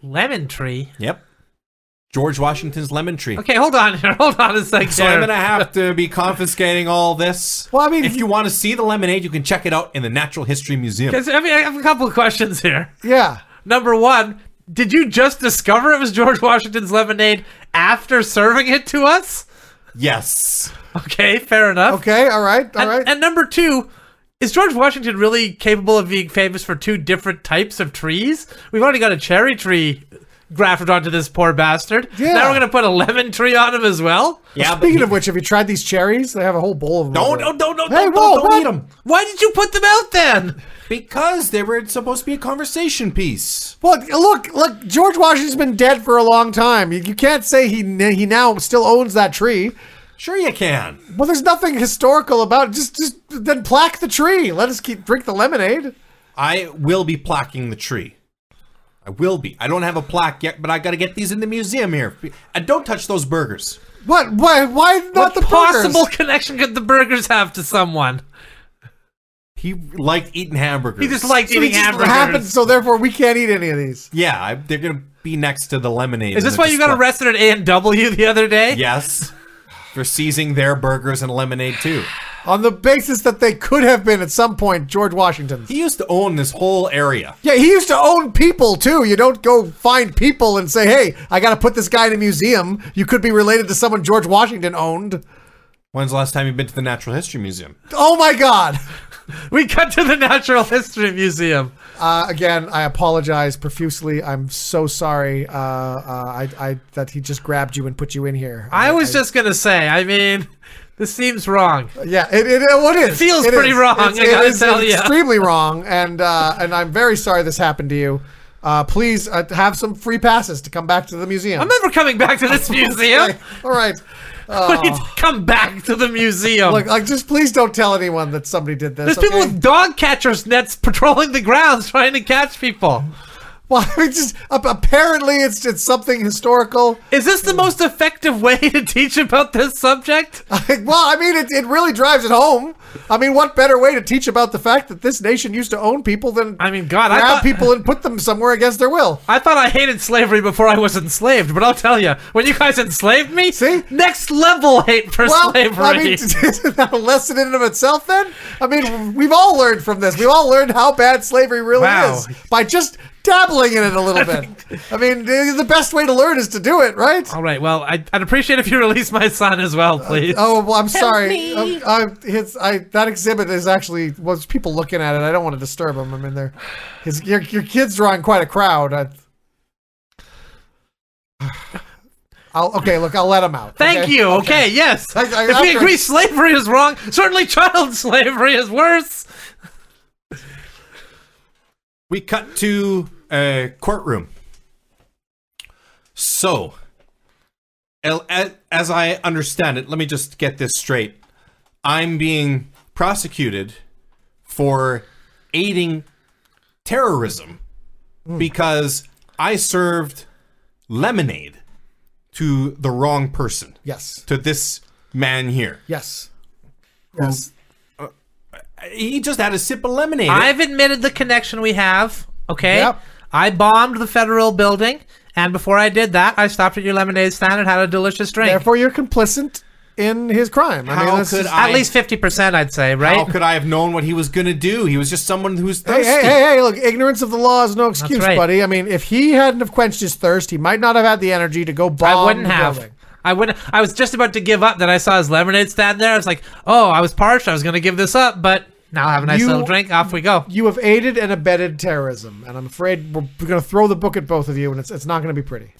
[SPEAKER 2] Lemon tree.
[SPEAKER 3] Yep. George Washington's lemon tree.
[SPEAKER 2] Okay, hold on here. Hold on a second.
[SPEAKER 3] So I'm gonna have to be confiscating all this.
[SPEAKER 1] Well, I mean,
[SPEAKER 3] if you want to see the lemonade, you can check it out in the Natural History Museum.
[SPEAKER 2] Because I mean, I have a couple of questions here.
[SPEAKER 1] Yeah.
[SPEAKER 2] Number one, did you just discover it was George Washington's lemonade after serving it to us?
[SPEAKER 3] Yes.
[SPEAKER 2] Okay, fair enough.
[SPEAKER 1] Okay, all right, all
[SPEAKER 2] and,
[SPEAKER 1] right.
[SPEAKER 2] and number two, is George Washington really capable of being famous for two different types of trees? We've already got a cherry tree grafted onto this poor bastard.
[SPEAKER 1] Yeah.
[SPEAKER 2] Now we're gonna put a lemon tree on him as well.
[SPEAKER 3] Yeah, but
[SPEAKER 1] Speaking
[SPEAKER 3] he-
[SPEAKER 1] of which, have you tried these cherries? They have a whole bowl of them.
[SPEAKER 3] don't,
[SPEAKER 1] over there.
[SPEAKER 3] don't, don't, don't,
[SPEAKER 1] Hey,
[SPEAKER 3] don't,
[SPEAKER 1] whoa,
[SPEAKER 3] don't, don't
[SPEAKER 1] what?
[SPEAKER 3] eat them
[SPEAKER 2] Why did you put them out then?
[SPEAKER 3] because they were supposed to be a conversation piece.
[SPEAKER 1] Look, look, look. George Washington's been dead for a long time. You, you can't say he n- he now still owns that tree.
[SPEAKER 3] Sure, you can.
[SPEAKER 1] Well, there's nothing historical about it. Just, just then plaque the tree. Let us keep drink the lemonade.
[SPEAKER 3] I will be plaquing the tree. I will be. I don't have a plaque yet, but I got to get these in the museum here. And don't touch those burgers.
[SPEAKER 1] What? Why? Why not
[SPEAKER 2] what
[SPEAKER 1] the burgers?
[SPEAKER 2] possible connection could the burgers have to someone?
[SPEAKER 3] He liked eating hamburgers.
[SPEAKER 2] He just likes
[SPEAKER 1] So it
[SPEAKER 2] eating
[SPEAKER 1] just
[SPEAKER 2] hamburgers.
[SPEAKER 1] happened, so therefore we can't eat any of these.
[SPEAKER 3] Yeah, I, they're gonna be next to the lemonade.
[SPEAKER 2] Is
[SPEAKER 3] in
[SPEAKER 2] this
[SPEAKER 3] the
[SPEAKER 2] why you got
[SPEAKER 3] display.
[SPEAKER 2] arrested at A and W the other day?
[SPEAKER 3] Yes, for seizing their burgers and lemonade too.
[SPEAKER 1] On the basis that they could have been at some point George Washington's.
[SPEAKER 3] He used to own this whole area.
[SPEAKER 1] Yeah, he used to own people too. You don't go find people and say, "Hey, I got to put this guy in a museum." You could be related to someone George Washington owned.
[SPEAKER 3] When's the last time you've been to the Natural History Museum?
[SPEAKER 1] Oh my God!
[SPEAKER 2] We cut to the Natural History Museum.
[SPEAKER 1] Uh, again, I apologize profusely. I'm so sorry. Uh, uh, I, I that he just grabbed you and put you in here.
[SPEAKER 2] I was just gonna say. I mean, this seems wrong.
[SPEAKER 1] Yeah, it, it, it, what is?
[SPEAKER 2] feels
[SPEAKER 1] It
[SPEAKER 2] pretty
[SPEAKER 1] is.
[SPEAKER 2] wrong,
[SPEAKER 1] It's,
[SPEAKER 2] I
[SPEAKER 1] it
[SPEAKER 2] gotta
[SPEAKER 1] is
[SPEAKER 2] tell ya.
[SPEAKER 1] extremely wrong, and uh, and I'm very sorry this happened to you. Uh, please uh, have some free passes to come back to the museum.
[SPEAKER 2] I'm never coming back to this museum.
[SPEAKER 1] Okay, All right.
[SPEAKER 2] What do you mean, come back to the museum.
[SPEAKER 1] Look, like, just please don't tell anyone that somebody did this.
[SPEAKER 2] There's people
[SPEAKER 1] okay?
[SPEAKER 2] with dog catchers nets patrolling the grounds trying to catch people.
[SPEAKER 1] Well, I mean, just ap- apparently it's it's something historical.
[SPEAKER 2] Is this the most effective way to teach about this subject?
[SPEAKER 1] Like, well, I mean, it, it really drives it home. I mean, what better way to teach about the fact that this nation used to own people than
[SPEAKER 2] I mean, God, I
[SPEAKER 1] grab
[SPEAKER 2] thought,
[SPEAKER 1] people and put them somewhere against their will?
[SPEAKER 2] I thought I hated slavery before I was enslaved, but I'll tell you, when you guys enslaved me,
[SPEAKER 1] See?
[SPEAKER 2] next level hate for
[SPEAKER 1] Well,
[SPEAKER 2] slavery.
[SPEAKER 1] I mean, isn't that a lesson in and of itself? Then, I mean, we've all learned from this. We've all learned how bad slavery really
[SPEAKER 2] Wow.
[SPEAKER 1] is by just dabbling in it a little bit. I mean, the the best way to learn is to do it, right?
[SPEAKER 2] All right, well, I, I'd appreciate if you release my son as well, please.
[SPEAKER 1] Oh, well, I'm sorry. Um, I, his, I, that exhibit is actually was people looking at it. I don't want to disturb him. I'm in there. His, your, your kid's drawing quite a crowd. I, I'll, okay, look, I'll let him out.
[SPEAKER 2] Thank
[SPEAKER 1] okay?
[SPEAKER 2] you. Okay, yes.
[SPEAKER 1] I- I-
[SPEAKER 2] if we
[SPEAKER 1] after-
[SPEAKER 2] agree slavery is wrong, certainly child slavery is worse.
[SPEAKER 3] We cut to a courtroom. So, el- a- as I understand it, let me just get this straight. I'm being prosecuted for aiding terrorism because I served lemonade to the wrong person,
[SPEAKER 1] Yes.
[SPEAKER 3] to this man here.
[SPEAKER 1] Yes. Yes.
[SPEAKER 3] He just had a sip of lemonade.
[SPEAKER 2] I've admitted the connection we have. Okay.
[SPEAKER 1] Yep.
[SPEAKER 2] I bombed the federal building, and before I did that, I stopped at your lemonade stand and had a delicious drink.
[SPEAKER 1] Therefore, you're complicit in his crime. I mean,
[SPEAKER 3] How
[SPEAKER 1] that's
[SPEAKER 3] could
[SPEAKER 1] just-
[SPEAKER 3] I-
[SPEAKER 2] At least fifty percent, I'd say.
[SPEAKER 3] How
[SPEAKER 2] Right.
[SPEAKER 3] could I have known what he was gonna do? He was just someone who's
[SPEAKER 1] Hey,
[SPEAKER 3] thirsty.
[SPEAKER 1] hey, hey, hey, look, ignorance of the law is no excuse,
[SPEAKER 2] right.
[SPEAKER 1] buddy. I mean, if he hadn't have quenched his thirst, he might not have had the energy to go bomb
[SPEAKER 2] I wouldn't
[SPEAKER 1] the
[SPEAKER 2] have.
[SPEAKER 1] building.
[SPEAKER 2] I wouldn't. I was just about to give up. Then I saw his lemonade stand there. I was like, "Oh, I was parched. I was going to give this up, but now I have a nice
[SPEAKER 1] You-
[SPEAKER 2] little drink. Off we go."
[SPEAKER 1] you have aided and abetted terrorism, and I'm afraid we're going to throw the book at both of you, and it's, it's not going to be pretty.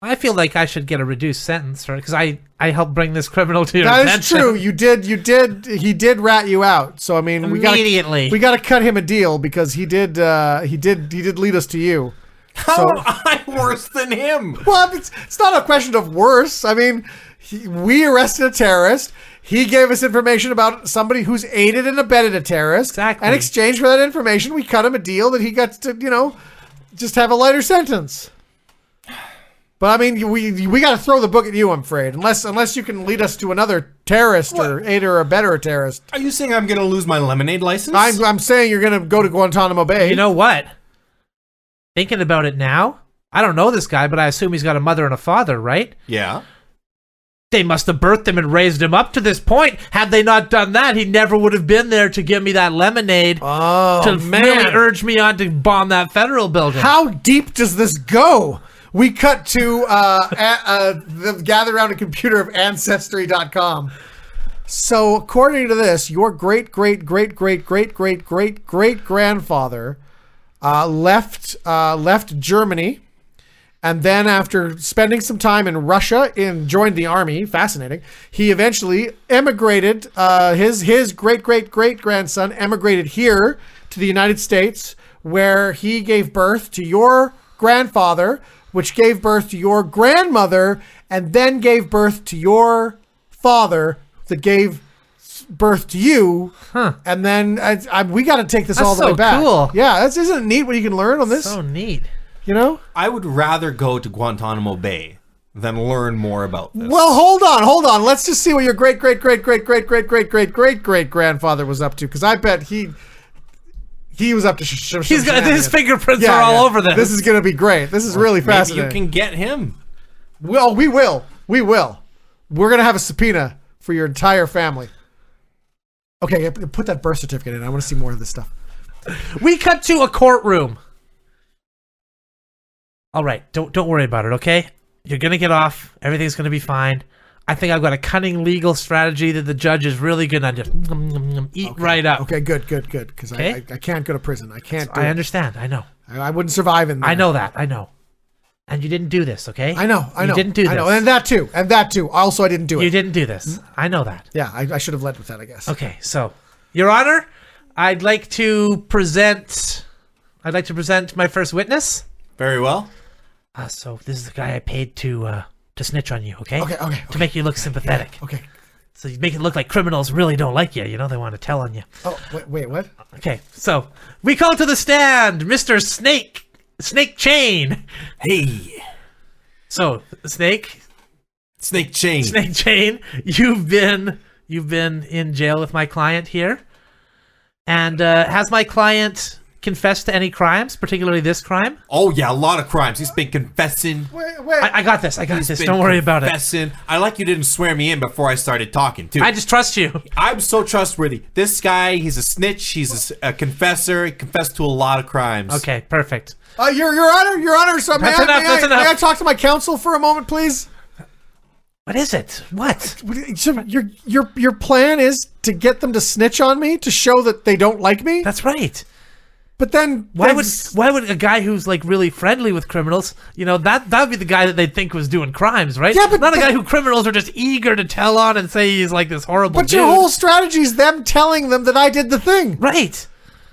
[SPEAKER 2] I feel like I should get a reduced sentence because I I helped bring this criminal to your
[SPEAKER 1] That is
[SPEAKER 2] attention.
[SPEAKER 1] true. You did, you did, he did rat you out. So I mean, we got
[SPEAKER 2] Immediately.
[SPEAKER 1] we got to cut him a deal because he did, uh, he did, he did lead us to you.
[SPEAKER 3] How
[SPEAKER 1] So-
[SPEAKER 3] am I worse than him?
[SPEAKER 1] Well, I mean, it's, it's not a question of worse. I mean, he, we arrested a terrorist. He gave us information about somebody who's aided and abetted a terrorist.
[SPEAKER 2] Exactly.
[SPEAKER 1] In exchange for that information, we cut him a deal that he got to, you know, just have a lighter sentence. But I mean, we we got to throw the book at you, I'm afraid. Unless unless you can lead us to another terrorist or aider or abetter a terrorist.
[SPEAKER 3] Are you saying I'm gonna lose my lemonade license?
[SPEAKER 1] I'm I'm saying you're gonna go to Guantanamo Bay.
[SPEAKER 2] You know what? Thinking about it now, I don't know this guy, but I assume he's got a mother and a father, right?
[SPEAKER 3] yeah.
[SPEAKER 2] They must have birthed him and raised him up to this point. Had they not done that, he never would have been there to give me that lemonade
[SPEAKER 1] oh
[SPEAKER 2] to
[SPEAKER 1] man.
[SPEAKER 2] really urge me on to bomb that federal building.
[SPEAKER 1] How deep does this go? We cut to uh, a, uh, the gather around a computer of ancestry.com. So, according to this, your great great great great great great great great grandfather uh, left uh, left Germany And then, after spending some time in Russia and joined the army, fascinating, he eventually emigrated. Uh, his his great great great grandson emigrated here to the United States, where he gave birth to your grandfather, which gave birth to your grandmother, and then gave birth to your father, that gave s- birth to you. Huh. And then I, I, we got to take this all the
[SPEAKER 2] so
[SPEAKER 1] way back.
[SPEAKER 2] cool.
[SPEAKER 1] Yeah, that's isn't it neat what you can learn on this.
[SPEAKER 2] So Oh, neat.
[SPEAKER 1] you know.
[SPEAKER 3] I would rather go to Guantanamo Bay than learn more about this.
[SPEAKER 1] Well, hold on, hold on. Let's just see what your great great great great great great great great great great grandfather was up to, because I bet he he was up to. Sh- sh-
[SPEAKER 2] He's got his fingerprints
[SPEAKER 1] Yeah,
[SPEAKER 2] are all
[SPEAKER 1] yeah.
[SPEAKER 2] over this.
[SPEAKER 1] This is gonna be great. This is really
[SPEAKER 3] Maybe you
[SPEAKER 1] fascinating.
[SPEAKER 3] can get him.
[SPEAKER 1] Well, we will, we will. We're gonna have a subpoena for your entire family. Okay, yeah, p- put that birth certificate in. I want to see more of this stuff.
[SPEAKER 2] we cut to a courtroom. All right, don't don't worry about it, okay? You're gonna get off. Everything's gonna be fine. I think I've got a cunning legal strategy that the judge is really gonna just nom, nom, nom, eat right up.
[SPEAKER 1] Okay, good, good, good. Because I, I
[SPEAKER 2] Okay.
[SPEAKER 1] I can't go to prison. I can't. Do
[SPEAKER 2] I
[SPEAKER 1] it.
[SPEAKER 2] understand. I know.
[SPEAKER 1] I, I wouldn't survive in. There.
[SPEAKER 2] I know that. I know. And you didn't do this, okay?
[SPEAKER 1] I know. I know.
[SPEAKER 2] You didn't do this.
[SPEAKER 1] I know. And that too. And that too. Also, I didn't do it.
[SPEAKER 2] you didn't do this. I know that.
[SPEAKER 1] yeah, I, I should have led with that. I guess.
[SPEAKER 2] Okay, so, Your Honor, I'd like to present. I'd like to present my first witness.
[SPEAKER 3] Very well.
[SPEAKER 2] Uh, so this is the guy I paid to uh, to snitch on you, okay?
[SPEAKER 1] Okay, okay,
[SPEAKER 2] To make you look sympathetic.
[SPEAKER 1] Okay.
[SPEAKER 2] So you make it look like criminals really don't like you. You know they want to tell on you.
[SPEAKER 1] Oh wait, wait, what?
[SPEAKER 2] Okay, so we call to the stand, Mister Snake, Snake Chain.
[SPEAKER 3] Hey,
[SPEAKER 2] So Snake,
[SPEAKER 3] Snake Chain.
[SPEAKER 2] Snake Chain, you've been you've been in jail with my client here, and uh, has my client confessed to any crimes, particularly this crime?
[SPEAKER 3] Oh yeah, a lot of crimes. He's been confessing.
[SPEAKER 1] Wait, wait.
[SPEAKER 2] I, I got this. I got
[SPEAKER 3] He's
[SPEAKER 2] this.
[SPEAKER 3] been
[SPEAKER 2] Don't worry about it.
[SPEAKER 3] confessing. I like you didn't swear me in before I started talking too.
[SPEAKER 2] I just trust you.
[SPEAKER 3] I'm so trustworthy. This guy, he's a snitch. He's a s- a, confessor. He confessed to a lot of crimes.
[SPEAKER 2] Okay, perfect.
[SPEAKER 1] uh, Your Your Honor, Your Honor, so may,
[SPEAKER 2] That's
[SPEAKER 1] I,
[SPEAKER 2] enough,
[SPEAKER 1] may,
[SPEAKER 2] that's
[SPEAKER 1] I,
[SPEAKER 2] enough.
[SPEAKER 1] may I talk to my counsel for a moment, please?
[SPEAKER 2] What is it? What?
[SPEAKER 1] So your your your plan is to get them to snitch on me to show that they don't like me,
[SPEAKER 2] That's right.
[SPEAKER 1] but then
[SPEAKER 2] Why
[SPEAKER 1] then
[SPEAKER 2] would
[SPEAKER 1] s-
[SPEAKER 2] why would a guy who's like really friendly with criminals, you know, that that would be the guy that they'd think was doing crimes, right?
[SPEAKER 1] Yeah, but
[SPEAKER 2] not a
[SPEAKER 1] that-
[SPEAKER 2] guy who criminals are just eager to tell on and say he's like this horrible
[SPEAKER 1] But your
[SPEAKER 2] dude.
[SPEAKER 1] whole strategy is them telling them that I did the thing,
[SPEAKER 2] right.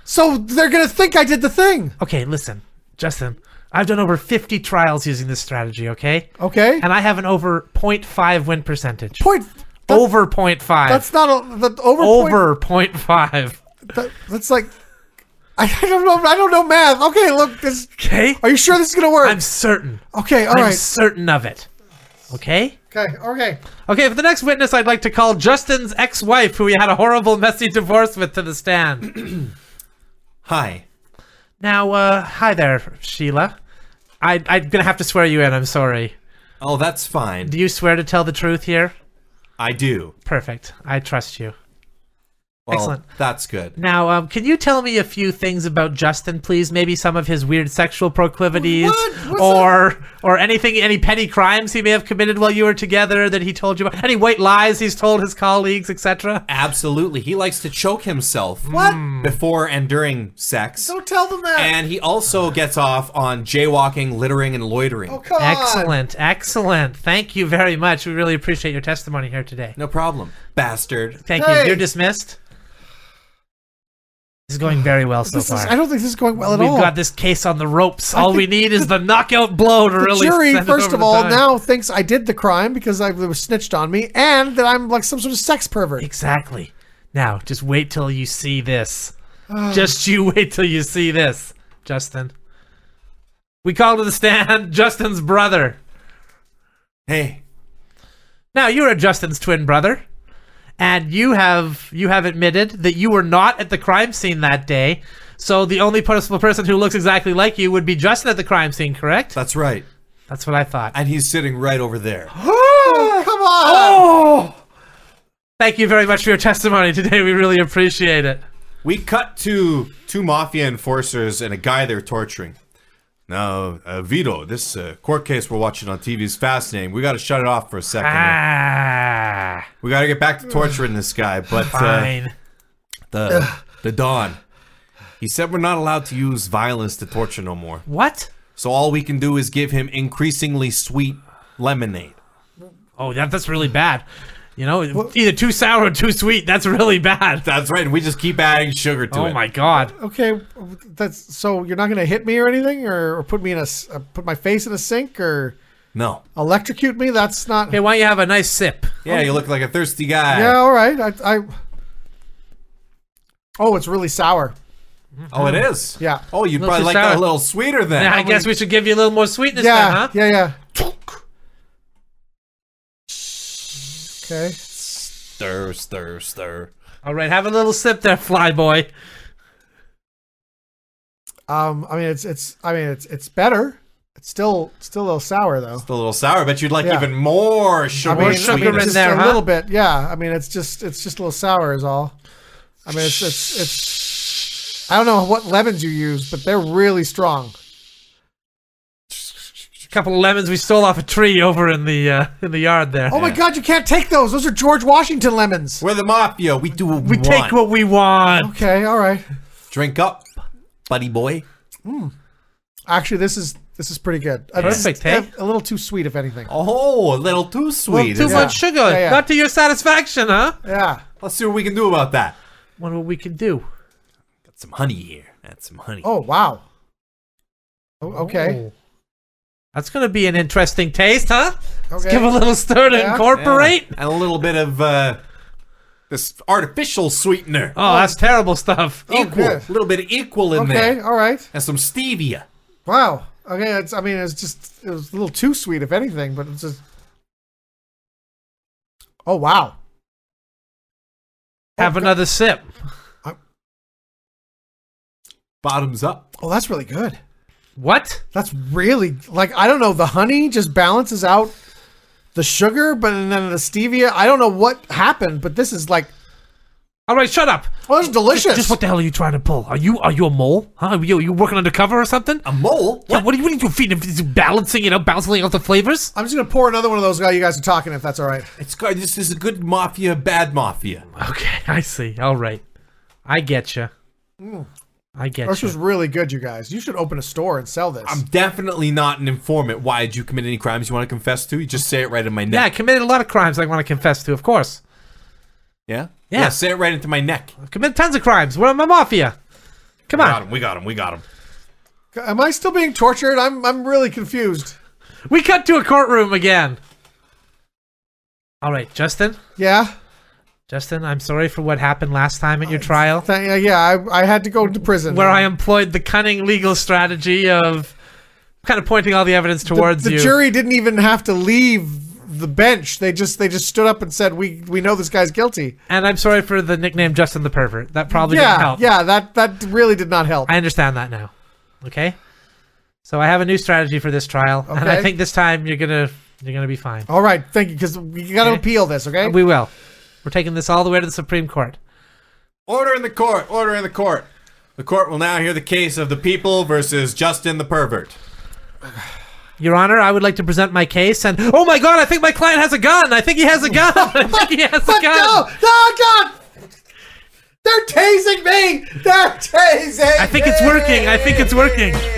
[SPEAKER 1] so they're gonna think I did the thing.
[SPEAKER 2] Okay, listen, Justin. I've done over 50 trials using this strategy, okay?
[SPEAKER 1] Okay,
[SPEAKER 2] And I have an over 0.5 win percentage.
[SPEAKER 1] point. that-
[SPEAKER 2] over 0.5.
[SPEAKER 1] That's not a the over.
[SPEAKER 2] over 0.5.
[SPEAKER 1] Point, that, that's like. I I don't know. I don't know math. Okay, look. This,
[SPEAKER 2] Okay?
[SPEAKER 1] are you sure this is gonna work?
[SPEAKER 2] I'm certain.
[SPEAKER 1] okay, all
[SPEAKER 2] I'm
[SPEAKER 1] right.
[SPEAKER 2] certain of it. Okay?
[SPEAKER 1] okay, okay.
[SPEAKER 2] Okay, for the next witness, I'd like to call Justin's ex-wife, who he had a horrible, messy divorce with, to the stand.
[SPEAKER 3] Hi.
[SPEAKER 2] now, uh, hi there, Sheila. I, I'm gonna have to swear you in. I'm sorry.
[SPEAKER 3] Oh, that's fine.
[SPEAKER 2] Do you swear to tell the truth here?
[SPEAKER 3] I do.
[SPEAKER 2] Perfect. I trust you.
[SPEAKER 3] Well,
[SPEAKER 2] Excellent.
[SPEAKER 3] That's good.
[SPEAKER 2] Now, um, can you tell me a few things about Justin, please? Maybe some of his weird sexual proclivities,
[SPEAKER 1] What? What's
[SPEAKER 2] or or anything, any petty crimes he may have committed while you were together that he told you about, any white lies he's told his colleagues, etc.
[SPEAKER 3] Absolutely. He likes to choke himself
[SPEAKER 2] Hmm.
[SPEAKER 3] before and during sex.
[SPEAKER 1] Don't tell them that.
[SPEAKER 3] And he also gets off on jaywalking, littering, and loitering.
[SPEAKER 1] oh, come on.
[SPEAKER 2] Excellent, excellent. Thank you very much. We really appreciate your testimony here today.
[SPEAKER 3] No problem. Bastard.
[SPEAKER 2] Thank
[SPEAKER 1] Hey.
[SPEAKER 2] you. You're dismissed. This is going very well so
[SPEAKER 1] This is,
[SPEAKER 2] far.
[SPEAKER 1] I don't think this is going well at
[SPEAKER 2] We've
[SPEAKER 1] all.
[SPEAKER 2] got this case on the ropes. All we
[SPEAKER 1] think
[SPEAKER 2] need is the knockout blow to
[SPEAKER 1] the
[SPEAKER 2] really.
[SPEAKER 1] jury,
[SPEAKER 2] send it
[SPEAKER 1] first
[SPEAKER 2] over
[SPEAKER 1] of
[SPEAKER 2] the
[SPEAKER 1] all,
[SPEAKER 2] time.
[SPEAKER 1] now thinks I did the crime because I was snitched on me, and that I'm like some sort of sex pervert.
[SPEAKER 2] Ah! Exactly. Now, just wait till you see this.
[SPEAKER 1] Ah.
[SPEAKER 2] just you wait till you see this, Justin. We call to the stand Justin's brother.
[SPEAKER 3] Hey.
[SPEAKER 2] Now you are Justin's twin brother, and you have you have admitted that you were not at the crime scene that day. So the only possible person who looks exactly like you would be Justin at the crime scene, correct?
[SPEAKER 3] That's right.
[SPEAKER 2] That's what I thought.
[SPEAKER 3] And he's sitting right over there.
[SPEAKER 1] Oh, come on.
[SPEAKER 2] Oh! Thank you very much for your testimony today. We really appreciate it.
[SPEAKER 3] We cut to two mafia enforcers and a guy they're torturing. Now, uh, Vito, this uh, court case we're watching on TV is fascinating. We got to shut it off for a second.
[SPEAKER 2] Ah,
[SPEAKER 3] We got to get back to torturing this guy, but uh,
[SPEAKER 2] fine.
[SPEAKER 3] the the Don, he said we're not allowed to use violence to torture no more.
[SPEAKER 2] What?
[SPEAKER 3] So all we can do is give him increasingly sweet lemonade.
[SPEAKER 2] Oh, that, that's really bad. You know, either too sour or too sweet. That's really bad.
[SPEAKER 3] That's right. We just keep adding sugar to
[SPEAKER 2] Oh
[SPEAKER 3] it.
[SPEAKER 2] my god.
[SPEAKER 1] Okay, that's so you're not gonna hit me or anything, or, or put me in a s- uh, put my face in a sink, or
[SPEAKER 3] No.
[SPEAKER 1] electrocute me. That's not.
[SPEAKER 2] Hey, why don't you have a nice sip?
[SPEAKER 3] Yeah, you look like a thirsty guy.
[SPEAKER 1] Yeah, all right. I, I. Oh, it's really sour.
[SPEAKER 3] Oh, it is.
[SPEAKER 1] Yeah.
[SPEAKER 3] Oh, you'd
[SPEAKER 2] Little
[SPEAKER 3] probably
[SPEAKER 2] too
[SPEAKER 3] like
[SPEAKER 2] sour.
[SPEAKER 3] that a little sweeter then.
[SPEAKER 2] Yeah, I guess we should give you a little more sweetness
[SPEAKER 1] yeah,
[SPEAKER 2] then, huh?
[SPEAKER 1] yeah, yeah. Okay.
[SPEAKER 3] Stir, stir, stir.
[SPEAKER 2] All right, have a little sip there, fly boy.
[SPEAKER 1] Um, I mean, it's it's. I mean, it's it's better. It's still still a little sour though.
[SPEAKER 3] It's a little sour, but you'd like
[SPEAKER 1] Yeah.
[SPEAKER 3] even more sugar.
[SPEAKER 1] I mean,
[SPEAKER 2] sugar
[SPEAKER 1] I mean,
[SPEAKER 2] in
[SPEAKER 1] just
[SPEAKER 2] there,
[SPEAKER 1] a
[SPEAKER 2] huh?
[SPEAKER 1] little bit. Yeah. I mean, it's just it's just a little sour is all. I mean, it's it's it's. I don't know what lemons you use, but they're really strong.
[SPEAKER 2] A couple of lemons we stole off a tree over in the uh, in the yard there.
[SPEAKER 1] Oh my
[SPEAKER 3] Yeah.
[SPEAKER 1] God, you can't take those. Those are George Washington lemons.
[SPEAKER 3] We're the mafia. We do what we,
[SPEAKER 2] we take
[SPEAKER 3] want.
[SPEAKER 2] what we want.
[SPEAKER 1] Okay, all right.
[SPEAKER 3] Drink up, buddy boy.
[SPEAKER 1] Actually, this is this is pretty good. Uh,
[SPEAKER 2] Perfect,
[SPEAKER 1] it's-
[SPEAKER 2] hey?
[SPEAKER 1] A little too sweet, if anything.
[SPEAKER 3] Oh, a little too
[SPEAKER 2] Well,
[SPEAKER 3] sweet.
[SPEAKER 2] too
[SPEAKER 3] isn't
[SPEAKER 1] Yeah.
[SPEAKER 3] it?
[SPEAKER 2] much sugar,
[SPEAKER 1] Yeah, yeah.
[SPEAKER 2] not to your satisfaction, huh?
[SPEAKER 1] Yeah.
[SPEAKER 3] Let's see what we can do about that.
[SPEAKER 2] Wonder what we can do.
[SPEAKER 3] Got some honey here. Add some honey.
[SPEAKER 1] Oh wow. Oh, okay.
[SPEAKER 2] Oh. That's gonna be an interesting taste, huh? Let's
[SPEAKER 1] Okay.
[SPEAKER 2] give a little stir to
[SPEAKER 1] Yeah.
[SPEAKER 2] incorporate.
[SPEAKER 3] Yeah. And a little bit of uh, this artificial sweetener.
[SPEAKER 2] Oh, that's terrible stuff.
[SPEAKER 3] equal. A
[SPEAKER 1] good.
[SPEAKER 3] little bit of equal in
[SPEAKER 1] Okay.
[SPEAKER 3] there.
[SPEAKER 1] All right.
[SPEAKER 3] And some stevia.
[SPEAKER 1] Wow. Okay. It's. I mean, it's just. It was a little too sweet, if anything. But it's just. Oh wow.
[SPEAKER 2] Have another sip.
[SPEAKER 3] Bottoms up.
[SPEAKER 1] Oh, that's really good.
[SPEAKER 2] What?
[SPEAKER 1] That's really like I don't know. The honey just balances out the sugar, but and then the stevia. I don't know what happened, but this is like.
[SPEAKER 2] All right, shut up.
[SPEAKER 1] Oh, it's delicious.
[SPEAKER 2] Just what the hell are you trying to pull? Are you are you a mole? Huh? Are you, are you working undercover or something?
[SPEAKER 3] A mole?
[SPEAKER 2] Yeah, what are you, what are you doing? Feeding, feeding- balancing, you know, balancing out the flavors?
[SPEAKER 1] I'm just gonna pour another one of those while you guys are talking, if that's all right.
[SPEAKER 3] It's good. This is a good mafia, bad mafia.
[SPEAKER 2] Okay, I see. All right. I get you. I get
[SPEAKER 1] This
[SPEAKER 2] you.
[SPEAKER 1] was really good, you guys. You should open a store and sell this.
[SPEAKER 3] I'm definitely not an informant. Why did you commit any crimes you want to confess to? You just say it right in my
[SPEAKER 2] Yeah, I
[SPEAKER 3] neck.
[SPEAKER 2] committed a lot of crimes I want to confess to, of course.
[SPEAKER 3] Yeah?
[SPEAKER 2] Yeah.
[SPEAKER 3] say it right into my neck.
[SPEAKER 2] I've committed tons of crimes. We're I'm a mafia. Come on.
[SPEAKER 3] Got him. We got him. We got him.
[SPEAKER 1] Am I still being tortured? I'm I'm really confused.
[SPEAKER 2] We cut to a courtroom again. All right, Justin.
[SPEAKER 1] Yeah.
[SPEAKER 2] Justin, I'm sorry for what happened last time at your trial.
[SPEAKER 1] Th- yeah, yeah, I, I had to go to prison.
[SPEAKER 2] where I employed the cunning legal strategy of kind of pointing all the evidence
[SPEAKER 1] the,
[SPEAKER 2] towards
[SPEAKER 1] the
[SPEAKER 2] you.
[SPEAKER 1] jury didn't even have to leave the bench. They just they just stood up and said, "We we know this guy's guilty."
[SPEAKER 2] and I'm sorry for the nickname Justin the Pervert. That probably didn't
[SPEAKER 1] yeah,
[SPEAKER 2] help.
[SPEAKER 1] yeah, that that really did not help.
[SPEAKER 2] I understand that now. Okay? So I have a new strategy for this trial. And I
[SPEAKER 1] Okay.
[SPEAKER 2] think this time you're gonna you're gonna be fine.
[SPEAKER 1] All right, thank you, because we got to
[SPEAKER 2] Okay.
[SPEAKER 1] appeal this. Okay.
[SPEAKER 2] We will. We're taking this all the way to the Supreme Court.
[SPEAKER 3] Order in the court. Order in the court. The court will now hear the case of the people versus Justin the pervert.
[SPEAKER 2] Your Honor, I would like to present my case and Oh my god, I think my client has a gun! I think he has a gun! I think he has
[SPEAKER 1] But
[SPEAKER 2] a gun!
[SPEAKER 1] no, no, God! They're tasing me. They're tasing.
[SPEAKER 2] I think it's working. I think it's working.